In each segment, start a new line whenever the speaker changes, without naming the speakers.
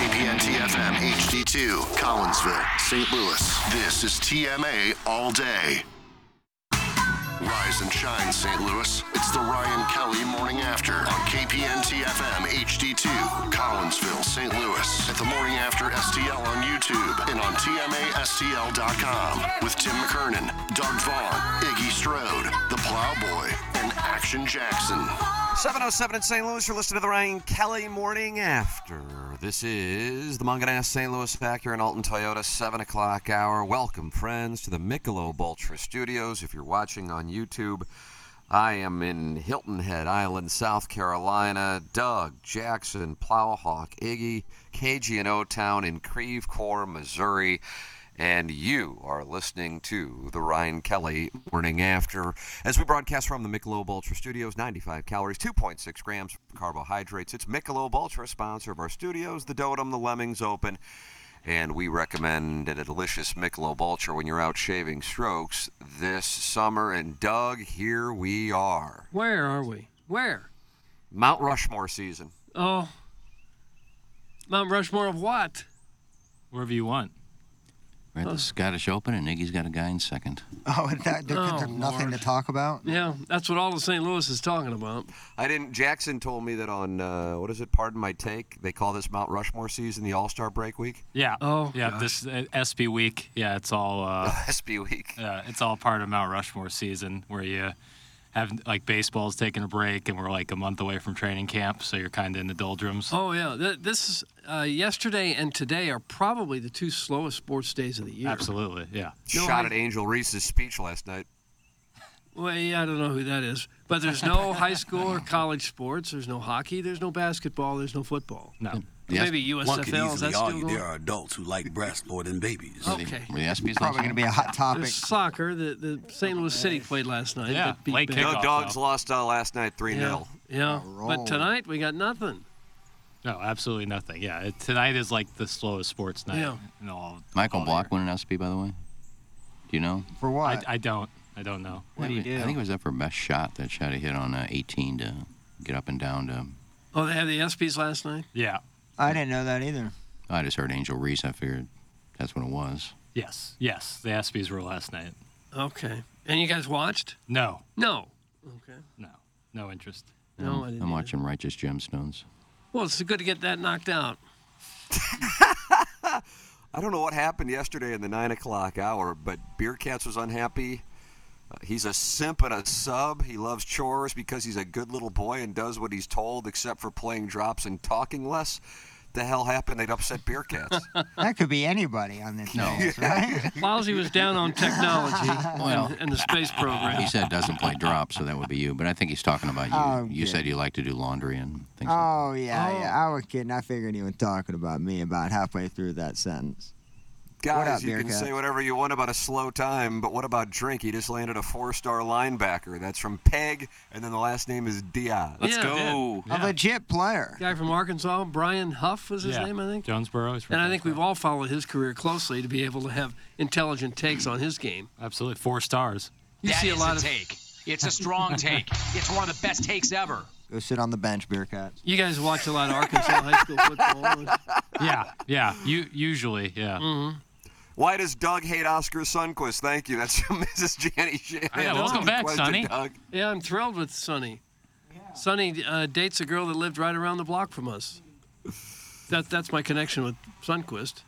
KPN TFM HD2, Collinsville, St. Louis. This is TMA All Day. Rise and shine, St. Louis. It's the Ryan Kelly Morning After on KPN TFM HD2, Collinsville, St. Louis. At the Morning After STL on YouTube and on TMASTL.com with Tim McKernan, Doug Vaughn, Iggy Strode, The Plowboy, and Action Jackson.
707 in St. Louis, you're listening to the Ryan Kelly Morning After. This is the Munganass St. Louis back here in Alton Toyota, 7 o'clock hour. Welcome, friends, to the Michelob Ultra Studios. If you're watching on YouTube, I am in Hilton Head Island, South Carolina. Doug, Jackson, Plowhawk, Iggy, KG and O-Town in Creve Coeur, Missouri and you are listening to the Ryan Kelly Morning After as we broadcast from the Michelob Ultra Studios. 95 calories, 2.6 grams of carbohydrates. It's Michelob Ultra, sponsor of our studios, the Dotem, the Lemmings Open, and we recommend a delicious Michelob Ultra when you're out shaving strokes this summer. And Doug, here we are,
Where are we? Where?
Mount Rushmore season.
Oh, Mount Rushmore of what? Wherever you want.
We're at the Scottish Open, and Iggy's got a guy in second.
Oh, and that, there,
Oh,
there's nothing
Lord.
to talk about.
Yeah, that's what all of St. Louis is talking about.
I didn't. Jackson told me that on uh, what is it? Pardon my take. They call this Mount Rushmore season the All Star Break Week.
Yeah.
Oh,
Yeah.
gosh.
This uh, SB week. Yeah, it's all uh,
SB week.
uh, it's all part of Mount Rushmore season, where you have like baseball's taking a break, and we're like a month away from training camp, so you're kind of in the doldrums.
Oh yeah, Th- this is, uh, yesterday and today are probably the two slowest sports days of the year.
Absolutely. Yeah.
Shot
I-
at Angel Reese's speech last night.
Well, yeah, I don't know who that is, but there's no high school or college sports. There's no hockey. There's no basketball. There's no football.
No.
Yes.
Maybe USFL.
One could
is
easily
that still
argue
going?
there are adults who like breasts more than babies.
Oh. Okay.
Were the ESPYs
Probably
last
going to
night?
be a hot topic.
There's soccer. The the St. Louis City played last night.
Yeah,
That beat
late
Bama.
Pick
No
off,
dogs
though.
lost uh, last night, three 0
Yeah,
roll.
but tonight we got nothing.
No, absolutely nothing. Yeah. It, tonight is like the slowest sports night.
Yeah.
In all,
Michael
all
Block
year.
won an SB, by the way. Do you know?
For
I,
what?
I don't. I don't know.
What do you do? I think it was up for best shot. That shot he hit on uh, 18 to get up and down to.
Oh, they had the ESPYS last night.
Yeah.
I, didn't know that either.
I just heard Angel Reese. I figured that's what it was.
Yes. Yes. The ESPYS were last night.
Okay. And you guys watched?
No.
No. Okay.
No. No interest.
No, I didn't.
I'm
either.
watching Righteous Gemstones.
Well, it's good to get that knocked out.
I don't know what happened yesterday in the nine o'clock hour, but Beer Cats was unhappy. Uh, he's a simp and a sub. He loves chores because he's a good little boy and does what he's told, except for playing drops and talking less. The hell happened? They'd upset Beer Cats.
That could be anybody on this list, right?
Lousy was down on technology
Well-
and, and the space program.
He said doesn't play drop, so that would be you. But I think he's talking about you.
Oh,
you
good.
said you like to do laundry and things. like
Oh yeah, yeah. I was kidding. I figured he was talking about me about halfway through that sentence.
Guys,
up,
you
Beer
can
Cats?
say whatever you want about a slow time, but what about drink? He just landed a four-star linebacker. That's from Peg, and then the last name is Diaz.
Let's Yeah, go.
A legit player.
Guy from Arkansas, Brian Huff was his
yeah.
name, I think.
Jonesboro is. from
And I think
Jonesboro.
we've all followed his career closely to be able to have intelligent takes on his game.
Absolutely. Four stars.
You see a lot of
take. It's a strong take. It's one of the best takes ever.
Go sit on the bench, Bearcats.
you guys watch a lot of Arkansas high school football. don't you?
yeah, yeah. You usually, yeah.
Mm-hmm.
Why does Doug hate Oscar Sundquist? Thank you. That's from Mrs. Janie Shannon.
I know. Welcome
Good
back,
question,
Sonny.
Doug.
Yeah, I'm thrilled with Sonny. Sonny uh, dates a girl that lived right around the block from us. that that's my connection with Sunquist.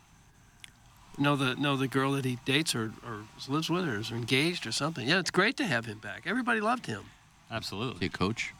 Know the know the girl that he dates or, or lives with or is engaged or something. Yeah, it's great to have him back. Everybody loved him.
Absolutely. Hey, coach.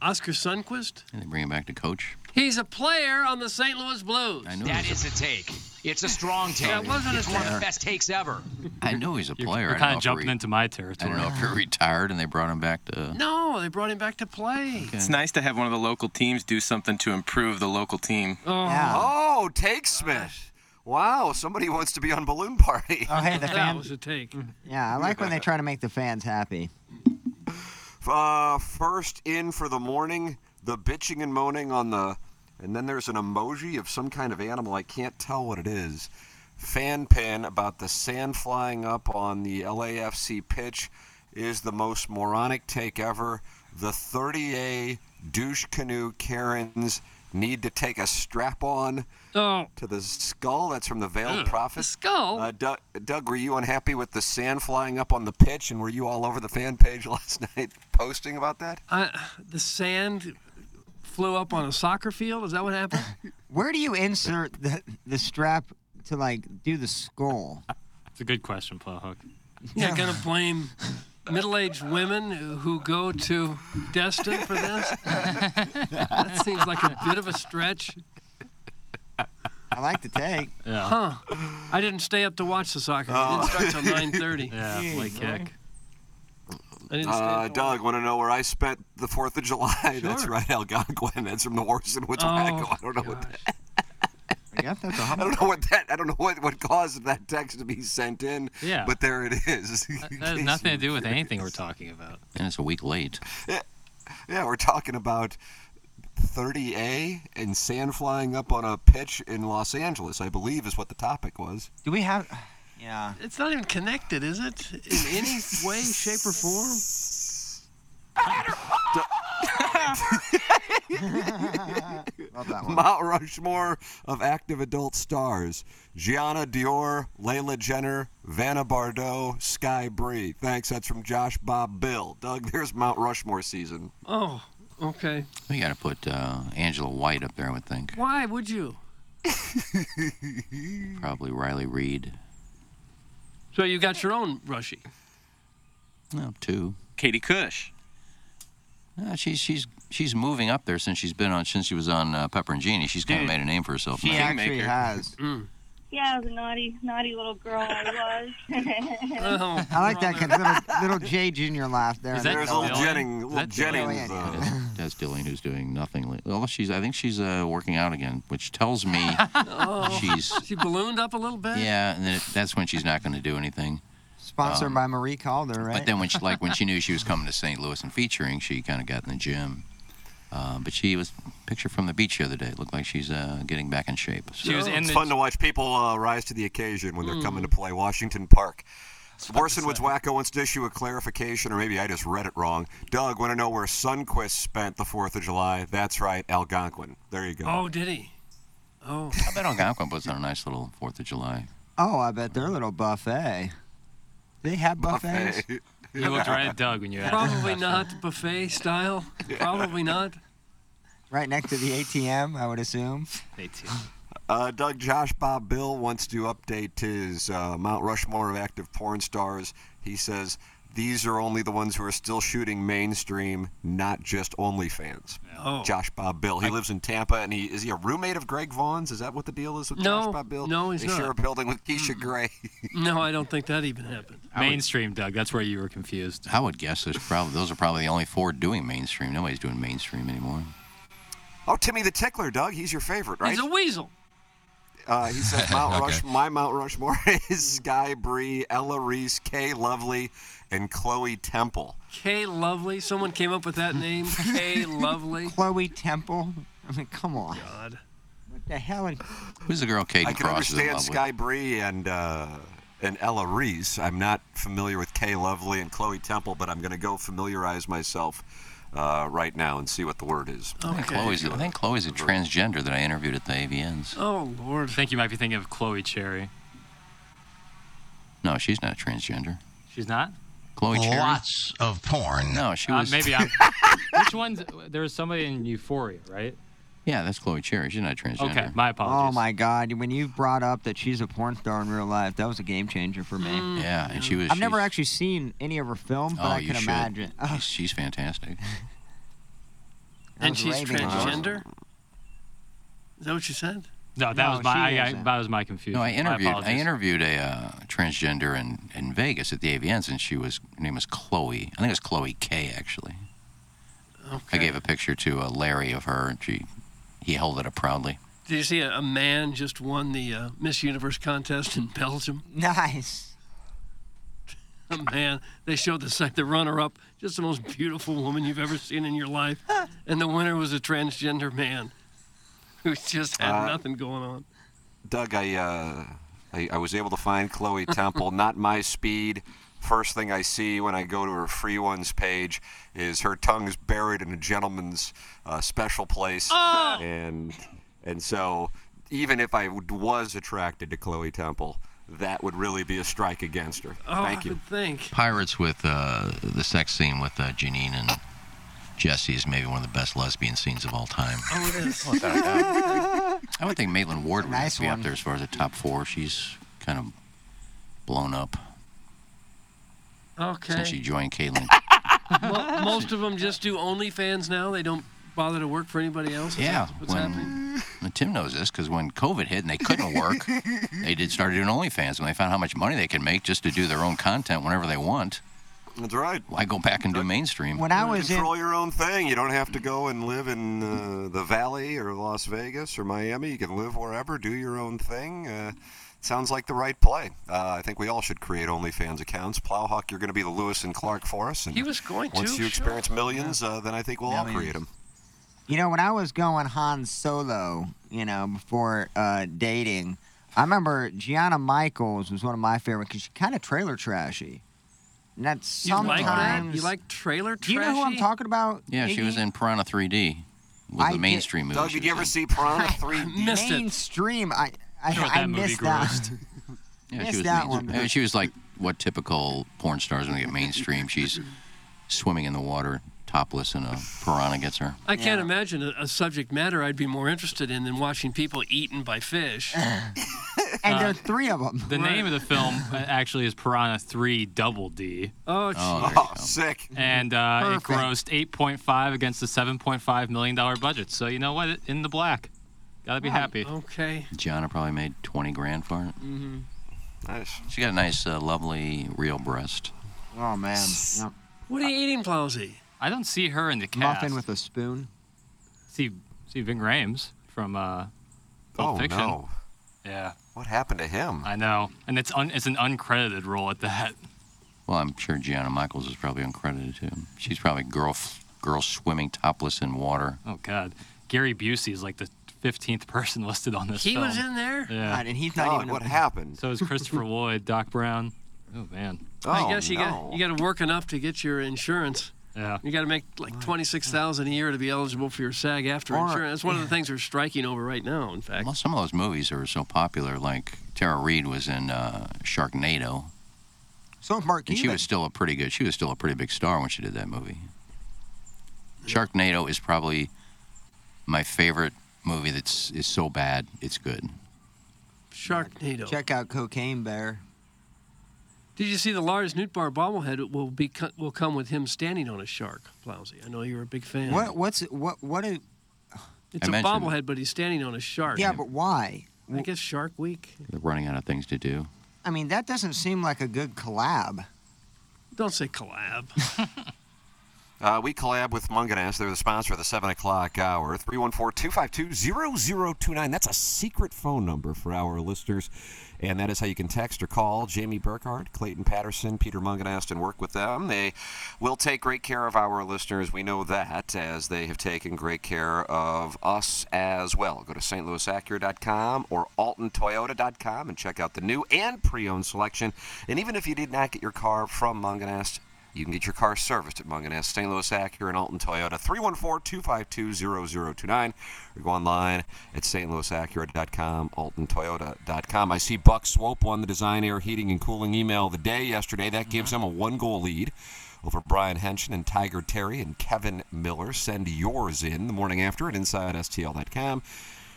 Oscar Sunquist.
And they bring him back to coach.
He's a player on the St. Louis Blues.
I know
That
he's
is a take. It's a strong take.
That wasn't a
it's one of the
take.
best takes ever.
I know he's a player.
you're
I don't
kinda
know if
jumping
he-
into my territory.
I don't know if you're retired and they brought him back to.
No, they brought him back to play.
It's nice to have one of the local teams do something to improve the local team.
Oh, take Smith. Wow, somebody wants to be on Balloon Party.
Oh, hey, the That fan-
was a take.
Yeah, I like when they try to make the fans happy.
Uh, first in for the morning, the bitching and moaning on the, and then there's an emoji of some kind of animal. I can't tell what it is. Fan pin about the sand flying up on the LAFC pitch is the most moronic take ever. The 30A douche canoe Karens need to take a strap on to the skull. That's from the Veiled
Ugh. Oh,
Prophet.
Oh.
skull?
Uh, Doug, Doug, were you unhappy with the sand flying up on the pitch, and were you all over the fan page last night posting about that?
I, the sand flew up on a soccer field. Is that what happened?
Where do you insert the, the strap to like do the skull?
It's a good question, Plowhook.
yeah, gonna blame middle-aged women who go to Destin for this. that seems like a bit of a stretch.
I like the take.
Yeah.
Huh? I didn't stay up to watch the soccer. It didn't start till
Oh.
9:30.
Yeah, play kick.
I didn't stay
Uh, Doug, want to know where I spent the 4th of July? That's
Sure.
right, Algonquin. That's from the Warson with
Oh,
Oh,
Wacko. I don't know what that, I don't know what that I don't know what, what caused that text to be sent in.
Yeah.
But there it is. In
That has
case
nothing to
you
do
were
with
curious.
anything we're talking about.
And it's a week late.
Yeah, we're talking about 30A and sand flying up on a pitch in Los Angeles, I believe is what the topic was.
Do we have? Yeah.
It's not even connected, is it? In any way, shape, or form?
Mount Rushmore of active adult stars Gianna Dior, Layla Jenner, Vanna Bardot, Sky Bree. Thanks. That's from Josh Bob Bill. Doug, there's Mount Rushmore season.
Oh, okay.
We got to put uh, Angela White up there, I would think.
Why would you?
Probably Riley Reed.
So you got your own Rushy.
No, two.
Katie Cush.
Uh, she's she's she's moving up there since she's been on since she was on uh, Pepper and Genie. She's kind of
Dude,
made a name for herself.
she
now.
actually Kingmaker. has.
Yeah, I was a naughty, naughty little girl I was.
I like that kind of little, little Jay Junior laugh there.
Is that
There's
Dylan? Is that Dylan?
uh,
Jennings,
That's, that's Dylan who's doing nothing. li- Well, she's I think she's uh, working out again, which tells me,
Oh,
She's-
she ballooned up a little bit.
yeah, and then it, that's when she's not going to do anything.
Sponsored
Um,
by Marie Calder, right?
But then when she like when she knew she was coming to St. Louis and featuring, she kind of got in the gym. Uh, but she was picture from the beach the other day. It looked like she's uh, getting back in shape.
She was in Oh, it's fun to watch people uh, rise to the occasion when they're coming to play Washington Park. Warson Woods Wacko wants to issue a clarification, or maybe I just read it wrong. Doug, want to know where Sunquist spent the 4th of July? That's right, Algonquin. There you go.
Oh, did he? Oh.
I bet Algonquin puts on a nice little Fourth of July.
oh, I bet their little buffet. They have buffets.
You looked right at Doug when you asked.
Probably not buffet style. Probably not.
Right next to the ATM, I would assume.
ATM.
Uh, Doug Josh Bob Bill wants to update his uh, Mount Rushmore of active porn stars. He says these are only the ones who are still shooting mainstream, not just OnlyFans.
Oh.
Josh Bob Bill. He lives in Tampa, and he is he a roommate of Greg Vaughn's? Is that what the deal is with
No,
Josh Bob Bill?
no, he's
they
not.
share a building with Keisha Gray.
No, I don't think that even happened.
Mainstream, Doug. That's where you were confused.
I would guess there's probably those are probably the only four doing mainstream. Nobody's doing mainstream anymore.
oh, Timmy the Tickler, Doug. He's your favorite, right?
He's a weasel.
Uh, he said Mount
Okay.
Rush. My Mount Rushmore is Sky Bree, Ella Reese, Kay Lovely, and Chloe Temple.
Kay Lovely. Someone came up with that name. Kay Lovely.
Chloe Temple. I mean, come on.
God.
What the hell? is-
Who's the girl Katie
I can
Cross is in
understand
love
Sky Bree and uh, and Ella Reese. I'm not familiar with Kay Lovely and Chloe Temple, but I'm going to go familiarize myself uh, right now and see what the word is.
with? I think Chloe's I think Chloe's a transgender that I interviewed at the AVNs.
Oh Lord.
I think you might be thinking of Chloe Cherry.
No, she's not a transgender.
She's not.
Chloe Cherry.
Lots
of porn. No, she
Uh,
was
maybe I'm. Which one's? There was somebody in Euphoria, right?
Yeah, that's Chloe Cherry. She's not transgender.
my
apologies. Oh my God! When you brought up that she's a porn star in real life, that was a game changer for me.
Hmm.
Yeah, and she was.
I've never actually uh-huh. seen any of her film, but
oh,
I
you
can
should.
imagine.
She's, she's fantastic.
I
And
was
she's
raving about her.
transgender? Is that what you said?
No, that was my I, I, that was my confusion.
No, I interviewed.
My
I
apologies.
interviewed a uh, transgender in, in Vegas at the AVNs, and she was her name was Chloe. I think it was Chloe K. Actually, I gave a picture to uh, Larry of her, and she he held it up proudly.
Did you see a, a man just won the uh, Miss Universe contest in Belgium?
Nice.
A man. They showed the sec- the runner-up, just the most beautiful woman you've ever seen in your life, and the winner was a transgender man, who just had
Uh,
nothing going on.
Doug, I, uh, I I was able to find Chloe Temple. Not my speed. First thing I see when I go to her free ones page is her tongue's buried in a gentleman's uh, special place,
Ah!
and and so even if I would- was attracted to Chloe Temple, that would really be a strike against her.
Oh,
Thank
I
you.
would think.
Pirates with uh, the sex scene with uh, Janine and Jesse is maybe one of the best lesbian scenes of all time.
Oh, it is.
Without a doubt. I would think Maitland Ward would have to be up there as far as the top four. She's kind of blown up
Okay.
since she joined Caitlyn.
Mo- most of them just do OnlyFans now. They don't bother to work for anybody else. Is that
Yeah,
what's happening?
when well, Tim knows this because when COVID hit and they couldn't work, they did started doing OnlyFans when they found how much money they could make just to do their own content whenever they want.
That's right.
Why go back and do mainstream?
When I was in-
control your own thing. You don't have to go and live in uh, the Valley or Las Vegas or Miami. You can live wherever, do your own thing. Uh, sounds like the right play. Uh, I think we all should create OnlyFans accounts. Plowhawk, you're going to be the Lewis and Clark for us. And
He was going
once
to, sure.
you experience millions, uh, then I think we'll all create them.
You know, when I was going Han Solo, you know, before uh, dating, I remember Gianna Michaels was one of my favorite because she's kind of trailer trashy. And that's
You
sometimes.
like that? You like trailer
Do you know who I'm
trashy?
talking about?
Yeah, she was in Piranha 3D. Was
I
the
did-
mainstream movie.
Doug,
she
did you
was
ever see Piranha 3?
missed it.
Mainstream. I, I,
You know what
I
that movie
missed that.
grossed. in. Yeah,
missed
she was
that
mainstream.
one.
I mean, she was like what typical porn stars when they get mainstream. She's swimming in the water, topless, and a piranha gets her.
I can't imagine a, a subject matter I'd be more interested in than watching people eaten by fish.
And there are three of them.
The name of the film uh, actually is Piranha 3 Double D.
Oh,
Oh, there you go.
sick.
And uh, it
Perfect.
grossed 8.5 against the 7.5 million dollar budget. So you know what? It- In the black. Gotta be happy.
Okay.
Gianna probably made 20 grand for it.
Mm-hmm.
Nice.
She got a nice, uh, lovely, real breast.
Oh, man. Yep.
What are you eating, Plowsy?
I don't see her in the cast.
Muffin with a spoon.
See, see Ving Rhames from uh, Pulp
Oh,
Fiction.
no.
Yeah,
What happened to him?
I know, and it's un- it's an uncredited role at that.
Well, I'm sure Gianna Michaels is probably uncredited too. She's probably girl f- girl swimming topless in water.
Oh God, Gary Busey is like the fifteenth person listed on this
He
film.
was in there?
Yeah.
God, and he's not
Doug,
even.
what
Uh,
happened?
So is Christopher Lloyd, Doc Brown. Oh man.
Oh,
I guess you
no.
got you got to work enough to get your insurance.
Yeah.
You got to make like twenty six thousand a year to be eligible for your SAG after
Or-
insurance. That's one of the things we're striking over right now. In fact,
Well, some of those movies are so popular. Like Tara Reid was in uh, Sharknado,
So is Mark
and she
Cuban.
was still a pretty good. She was still a pretty big star when she did that movie. Sharknado is probably my favorite movie. That's is so bad it's good.
Sharknado.
Check out Cocaine Bear.
Did you see the Lars Newtbar bobblehead will be co- will come with him standing on a shark, Plowsy? I know you're a big fan.
What? What's what? What is?
It's
I
a
mentioned-
bobblehead, but he's standing on a shark.
Yeah, but why?
I guess Shark Week.
They're running out of things to do.
I mean, that doesn't seem like a good collab.
Don't say collab.
Uh, we collab with Munganess. They're the sponsor of the 7 o'clock hour. 314 252 0029. That's a secret phone number for our listeners. And that is how you can text or call Jamie Burkhardt, Clayton Patterson, Peter Munganast, and work with them. They will take great care of our listeners. We know that as they have taken great care of us as well. Go to stlouisacura.com or altontoyota.com and check out the new and pre owned selection. And even if you did not get your car from Munganast, you can get your car serviced at Munganess, St. Louis Acura, and Alton Toyota, 314-252-0029, or go online at stlouisacura.com, altontoyota.com. I see Buck Swope won the Design Air Heating and Cooling Email of the day yesterday. That gives him a one-goal lead over Brian Henson and Tiger Terry and Kevin Miller. Send yours in the morning after at InsideSTL.com.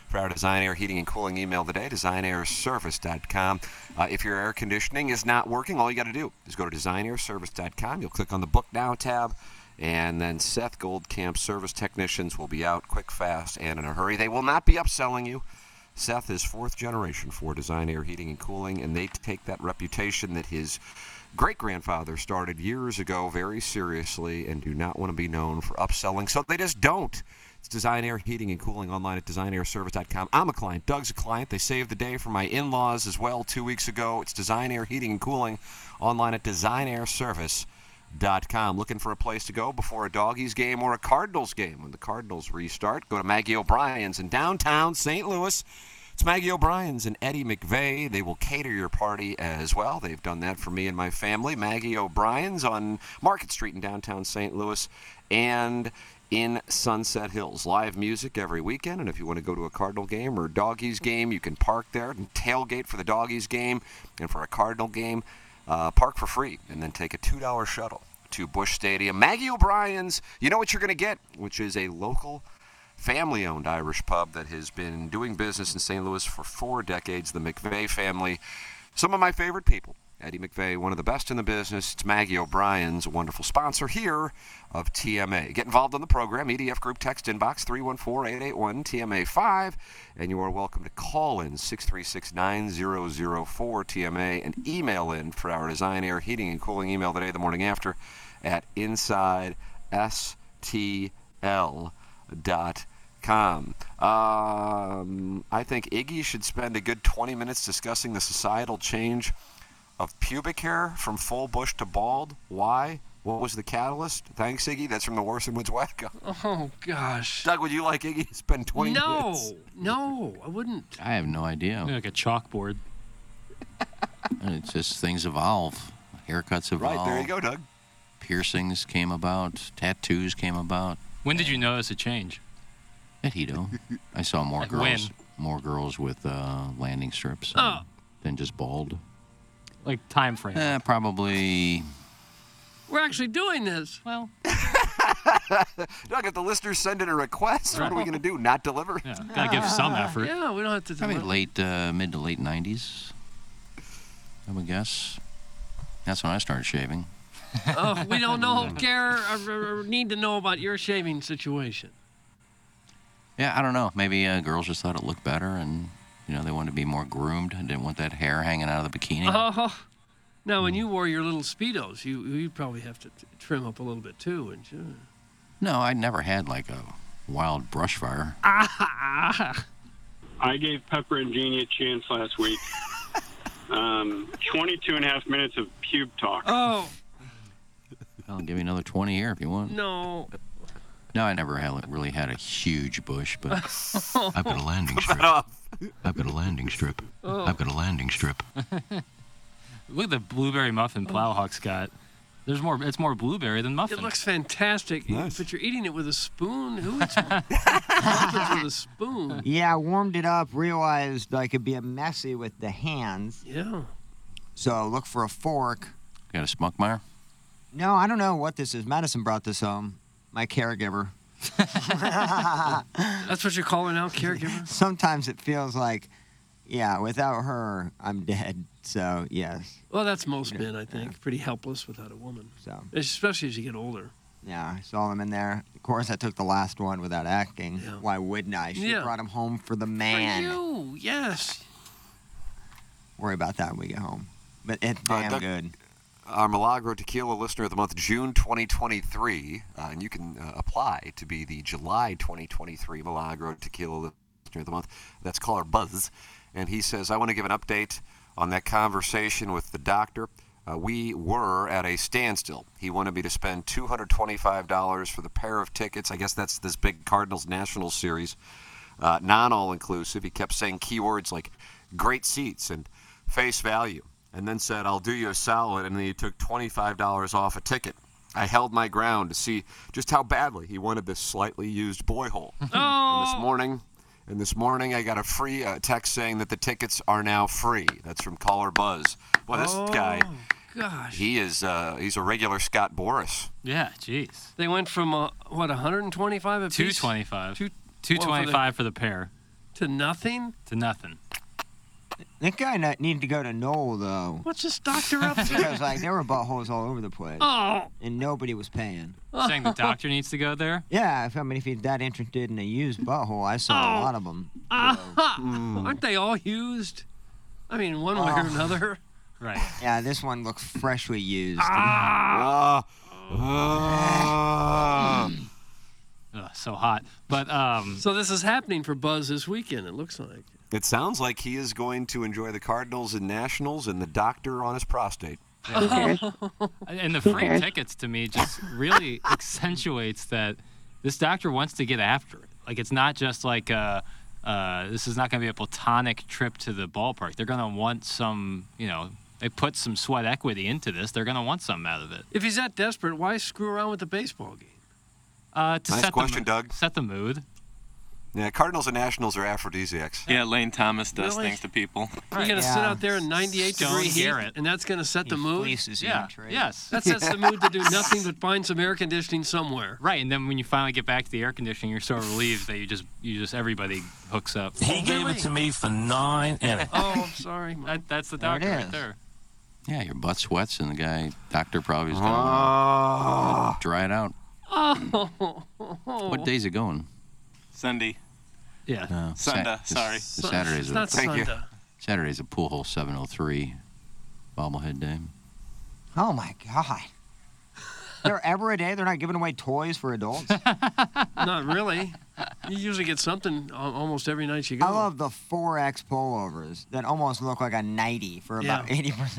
For our Design Air Heating and Cooling email today, designairservice.com. Uh, if your air conditioning is not working, all you got to do is go to designairservice.com. You'll click on the Book Now tab, and then Seth Goldcamp service technicians will be out quick, fast, and in a hurry. They will not be upselling you. Seth is fourth generation for Design Air Heating and Cooling, and they take that reputation that his great grandfather started years ago very seriously and do not want to be known for upselling, so they just don't. It's Design Air Heating and Cooling online at designairservice.com. I'm a client. Doug's a client. They saved the day for my in laws as well two weeks ago. It's Design Air Heating and Cooling online at designairservice.com. Looking for a place to go before a doggies game or a Cardinals game when the Cardinals restart? Go to Maggie O'Brien's in downtown St. Louis. It's Maggie O'Brien's and Eddie McVeigh. They will cater your party as well. They've done that for me and my family. Maggie O'Brien's on Market Street in downtown St. Louis and in Sunset Hills. Live music every weekend, and if you want to go to a Cardinal game or a Doggies game, you can park there and tailgate for the Doggies game, and for a Cardinal game, uh, park for free, and then take a $2 shuttle to Bush Stadium. Maggie O'Brien's, you know what you're going to get, which is a local family owned Irish pub that has been doing business in St. Louis for four decades, the McVeigh family. Some of my favorite people. Eddie McVeigh, one of the best in the business. It's Maggie O'Brien's a wonderful sponsor here of TMA. Get involved in the program. EDF Group text inbox 314 881 TMA 5. And you are welcome to call in 636 9004 TMA and email in for our design, air, heating, and cooling email today, the morning after, at inside STL dot com. Um, I think Iggy should spend a good 20 minutes discussing the societal change of pubic hair from full bush to bald. Why? What was the catalyst? Thanks, Iggy. That's from the Worsen Woods Wacko.
Oh gosh.
Doug, would you like Iggy to spend 20
No,
minutes?
no, I wouldn't.
I have no
Oh.
idea.
Like a chalkboard.
it's just things evolve. Haircuts evolve.
Right, there you go, Doug.
Piercings came about. Tattoos came about.
When did you notice a change?
At Hito, I saw more
Like
girls.
when?
More girls with uh, landing strips
Oh,
than just bald.
like time frame.
Eh, probably
We're actually doing this.
Well,
Doug, if the listeners send in a request, what are we going to do? Not deliver? Yeah,
Yeah, we don't have to.
Probably
deliver.
late, uh, mid to late 90s, I would guess. That's when I started shaving.
Oh, we don't know, care, or, or- or need to know about your shaving situation.
Yeah, I don't know. Maybe uh, girls just thought it looked better and, you know, they wanted to be more groomed and didn't want that hair hanging out of the bikini.
Oh, now
Hmm.
when you wore your little speedos, you you probably have to t- trim up a little bit too, wouldn't you?
No, I never had like a wild brush fire.
Ah.
I gave Pepper and Jeannie a chance last week. um, 22 and a half minutes of pube talk.
Oh,
I'll give you another 20 here if you want.
no.
No, I never had, really had a huge bush, but I've got a landing strip. I've got a landing strip.
Oh.
I've got a landing strip.
Look at the blueberry muffin Plowhawk's got. There's more. It's more blueberry than muffin.
Oh. It looks fantastic, but you're eating it with a spoon. Who eats muffins with a spoon?
Yeah, I warmed it up, realized I could be a messy with the hands.
Yeah.
So look for a fork.
Got a Smuckmeyer?
No, I don't know what this is. Madison brought this home. My caregiver.
That's what you call her now, caregiver.
Sometimes it feels like, yeah, without her, I'm dead. So yes.
Well, that's most men, I think. Pretty helpless without a woman.
So
especially as you get older.
Yeah, I saw them in there. Of course, I took the last one without acting. Why wouldn't I? She
Yeah.
brought him home for the
For
man.
you, yes.
Worry about that when we get home. But it's
Uh,
damn
Doug-
good.
Our Milagro Tequila Listener of the Month, June 2023, uh, and you can uh, apply to be the July 2023 Milagro Tequila Listener of the Month. That's caller Buzz, and he says, "I want to give an update on that conversation with the doctor. Uh, we were at a standstill. He wanted me to spend $225 for the pair of tickets. I guess that's this big Cardinals National Series, uh, non all inclusive. He kept saying keywords like great seats and face value and then said, I'll do you a solid. And then he took $25 off a ticket. I held my ground to see just how badly he wanted this slightly used boy hole. And this morning, and this morning I got a free uh, text saying that the tickets are now free. That's from caller Buzz. Boy, this guy
gosh.
He is uh, he's a regular Scott Boris.
Yeah, jeez.
They went from, uh, what, 125 apiece?
225.
Two,
225 for the pair.
To nothing?
To nothing.
That guy not- needed to go to Knoll though.
What's this doctor up to?
Because like there were buttholes all over the place.
Oh.
And nobody was paying.
Saying the doctor needs to go there?
Yeah, if, I mean if he's that interested in a used butthole, I saw a
Oh.
lot of them.
Ah-ha. Aren't they all used? I mean, one way or
Oh.
another.
Right.
Yeah, this one looked freshly used.
Ah. Ugh, so hot. But um
So this is happening for Buzz this weekend, it looks like.
It sounds like he is going to enjoy the Cardinals and Nationals and the doctor on his prostate.
and the free
Okay.
tickets to me just really accentuates that this doctor wants to get after it. Like it's not just like uh uh, this is not going to be a platonic trip to the ballpark. They're going to want some, you know, they put some sweat equity into this. They're going to want something out of it.
If he's that desperate, why screw around with the baseball game?
Uh, to
Nice
set
question,
the, mo-
Doug.
Set the mood.
Yeah, Cardinals and Nationals are aphrodisiacs.
Yeah, Lane Thomas does
Really?
things to people.
You're gonna sit out there in 98
Stone
degree heat,
Garrett.
and that's gonna set the mood.
fleeces you in
yeah.
trade.
Yes. That sets the mood to do nothing but find some air conditioning somewhere.
Right, and then when you finally get back to the air conditioning, you're so relieved that you just you just everybody hooks up.
He gave it to me for nine and a
Oh, I'm sorry.
That, that's the
There it
doctor right
is.
there.
Yeah, your butt sweats, and the guy, doctor, probably is going
to
dry it out.
Oh.
What day's it going?
Sunday.
Yeah.
No,
Sunday,
Sa-
sorry.
s- Saturday's
It's
a-
not Thank you. Sunday.
Saturday's a pool hole 703 bobblehead day.
Oh my god. They're ever a day they're not giving away toys for adults.
Not really. You usually get something al- almost every night you go.
I love the 4X pullovers that almost look like a 90 for about 80%.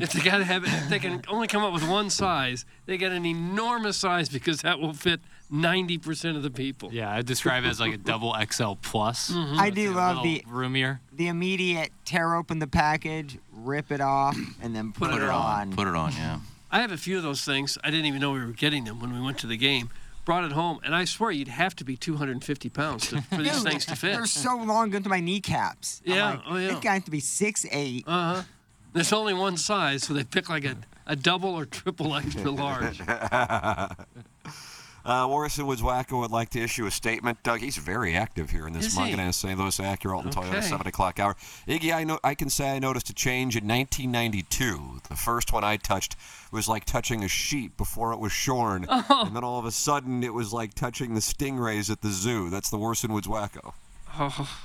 If they gotta have it, if they can only come up with one size, they get an enormous size because that will fit 90% of the people.
Yeah, I describe it as like a double XL plus.
Mhm.
I Mm-hmm. do
It's a
love
little
the-
roomier.
The immediate tear open the package, rip it off, and then put, it, on.
Put it on, yeah.
I have a few of those things. I didn't even know we were getting them when we went to the game. Brought it home, and I swear you'd have to be 250 pounds to, for these
Dude,
things to fit.
They're so long into my kneecaps. I'm
Yeah,
like,
oh, yeah.
This guy has to be 6'8.
Uh huh. There's only one size, so they pick like a, a double or triple extra large.
Uh, Morrison Woods Wacko would like to issue a statement. Doug, he's very active here in
Is
this
he?
Munganess St. Louis Acura Alton Toyota
Okay.
7 o'clock hour. Iggy, I, know, I can say I noticed a change in 1992. The first one I touched was like touching a sheep before it was shorn.
Oh.
And then all of a sudden, it was like touching the stingrays at the zoo. That's the Morrison Woods Wacko.
Oh.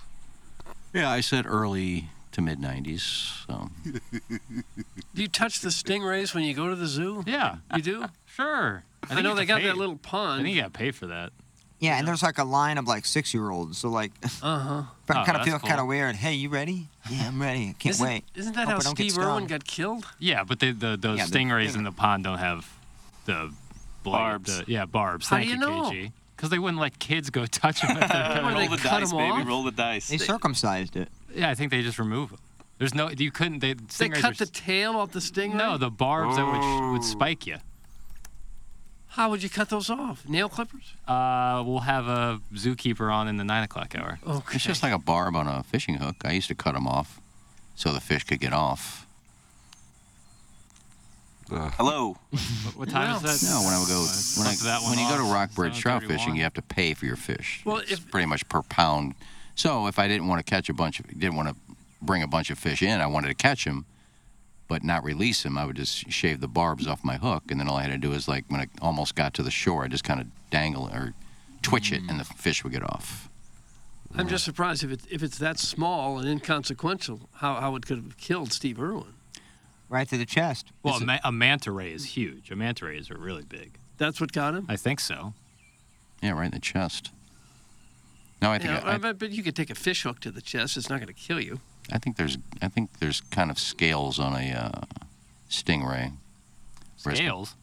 Yeah, I said early to mid 90s. So.
Do you touch the stingrays when you go to the zoo?
Yeah.
You do?
Sure.
I, know they got that little
I
pond.
think you got to pay for that.
Yeah, and there's like a line of like six year olds. So, like,
Uh huh.
I
Oh,
kind of
that's
feel
cool.
kind of weird. Hey, you ready? Yeah, I'm ready. I Can't
Isn't-
wait.
Isn't that
Hope
how
I don't get
Steve Irwin
stung.
got killed?
Yeah, but they, the those
Yeah, the-
stingrays in the pond don't have the blade,
Barbs.
the- yeah, barbs.
How do
Thank
you know?
KG. Because they wouldn't let kids go touch them. if they're doing
roll
it.
the dice, baby. Roll the dice.
They circumcised it.
Yeah, I think they just remove them. There's no, you couldn't. They, stingrays
They
are
cut the tail off the stingray?
No, the barbs that would, would spike you.
How would you cut those off? Nail clippers?
Uh, we'll have a zookeeper on in the nine o'clock hour.
It's just like a barb on a fishing hook. I used to cut them off so the fish could get off.
Hello.
What time is that?
No, when I would go, when, I,
Uh, Suck that one
when you go to
off.
Rockbridge trout
7:31.
fishing, you have to pay for your fish.
Well,
it's pretty much per pound. So if I didn't want to catch a bunch of, didn't want to bring a bunch of fish in, I wanted to catch them, but not release them. I would just shave the barbs off my hook, and then all I had to do is like when I almost got to the shore, I just kind of dangle it or twitch it, and the
Mm.
fish would get off.
I'm just surprised if, it, if it's that small and inconsequential, how, how it could have killed Steve Irwin.
Right to the chest.
Well, a, ma- a manta ray is huge. A manta rays are really big.
That's what got him?
I think so.
Yeah, right in the chest. No, I think
Yeah,
I,
um
I,
but, but you could take a fish hook to the chest. It's not going to kill you.
I think there's I think there's kind of scales on a uh, stingray. Whereas-
Scales?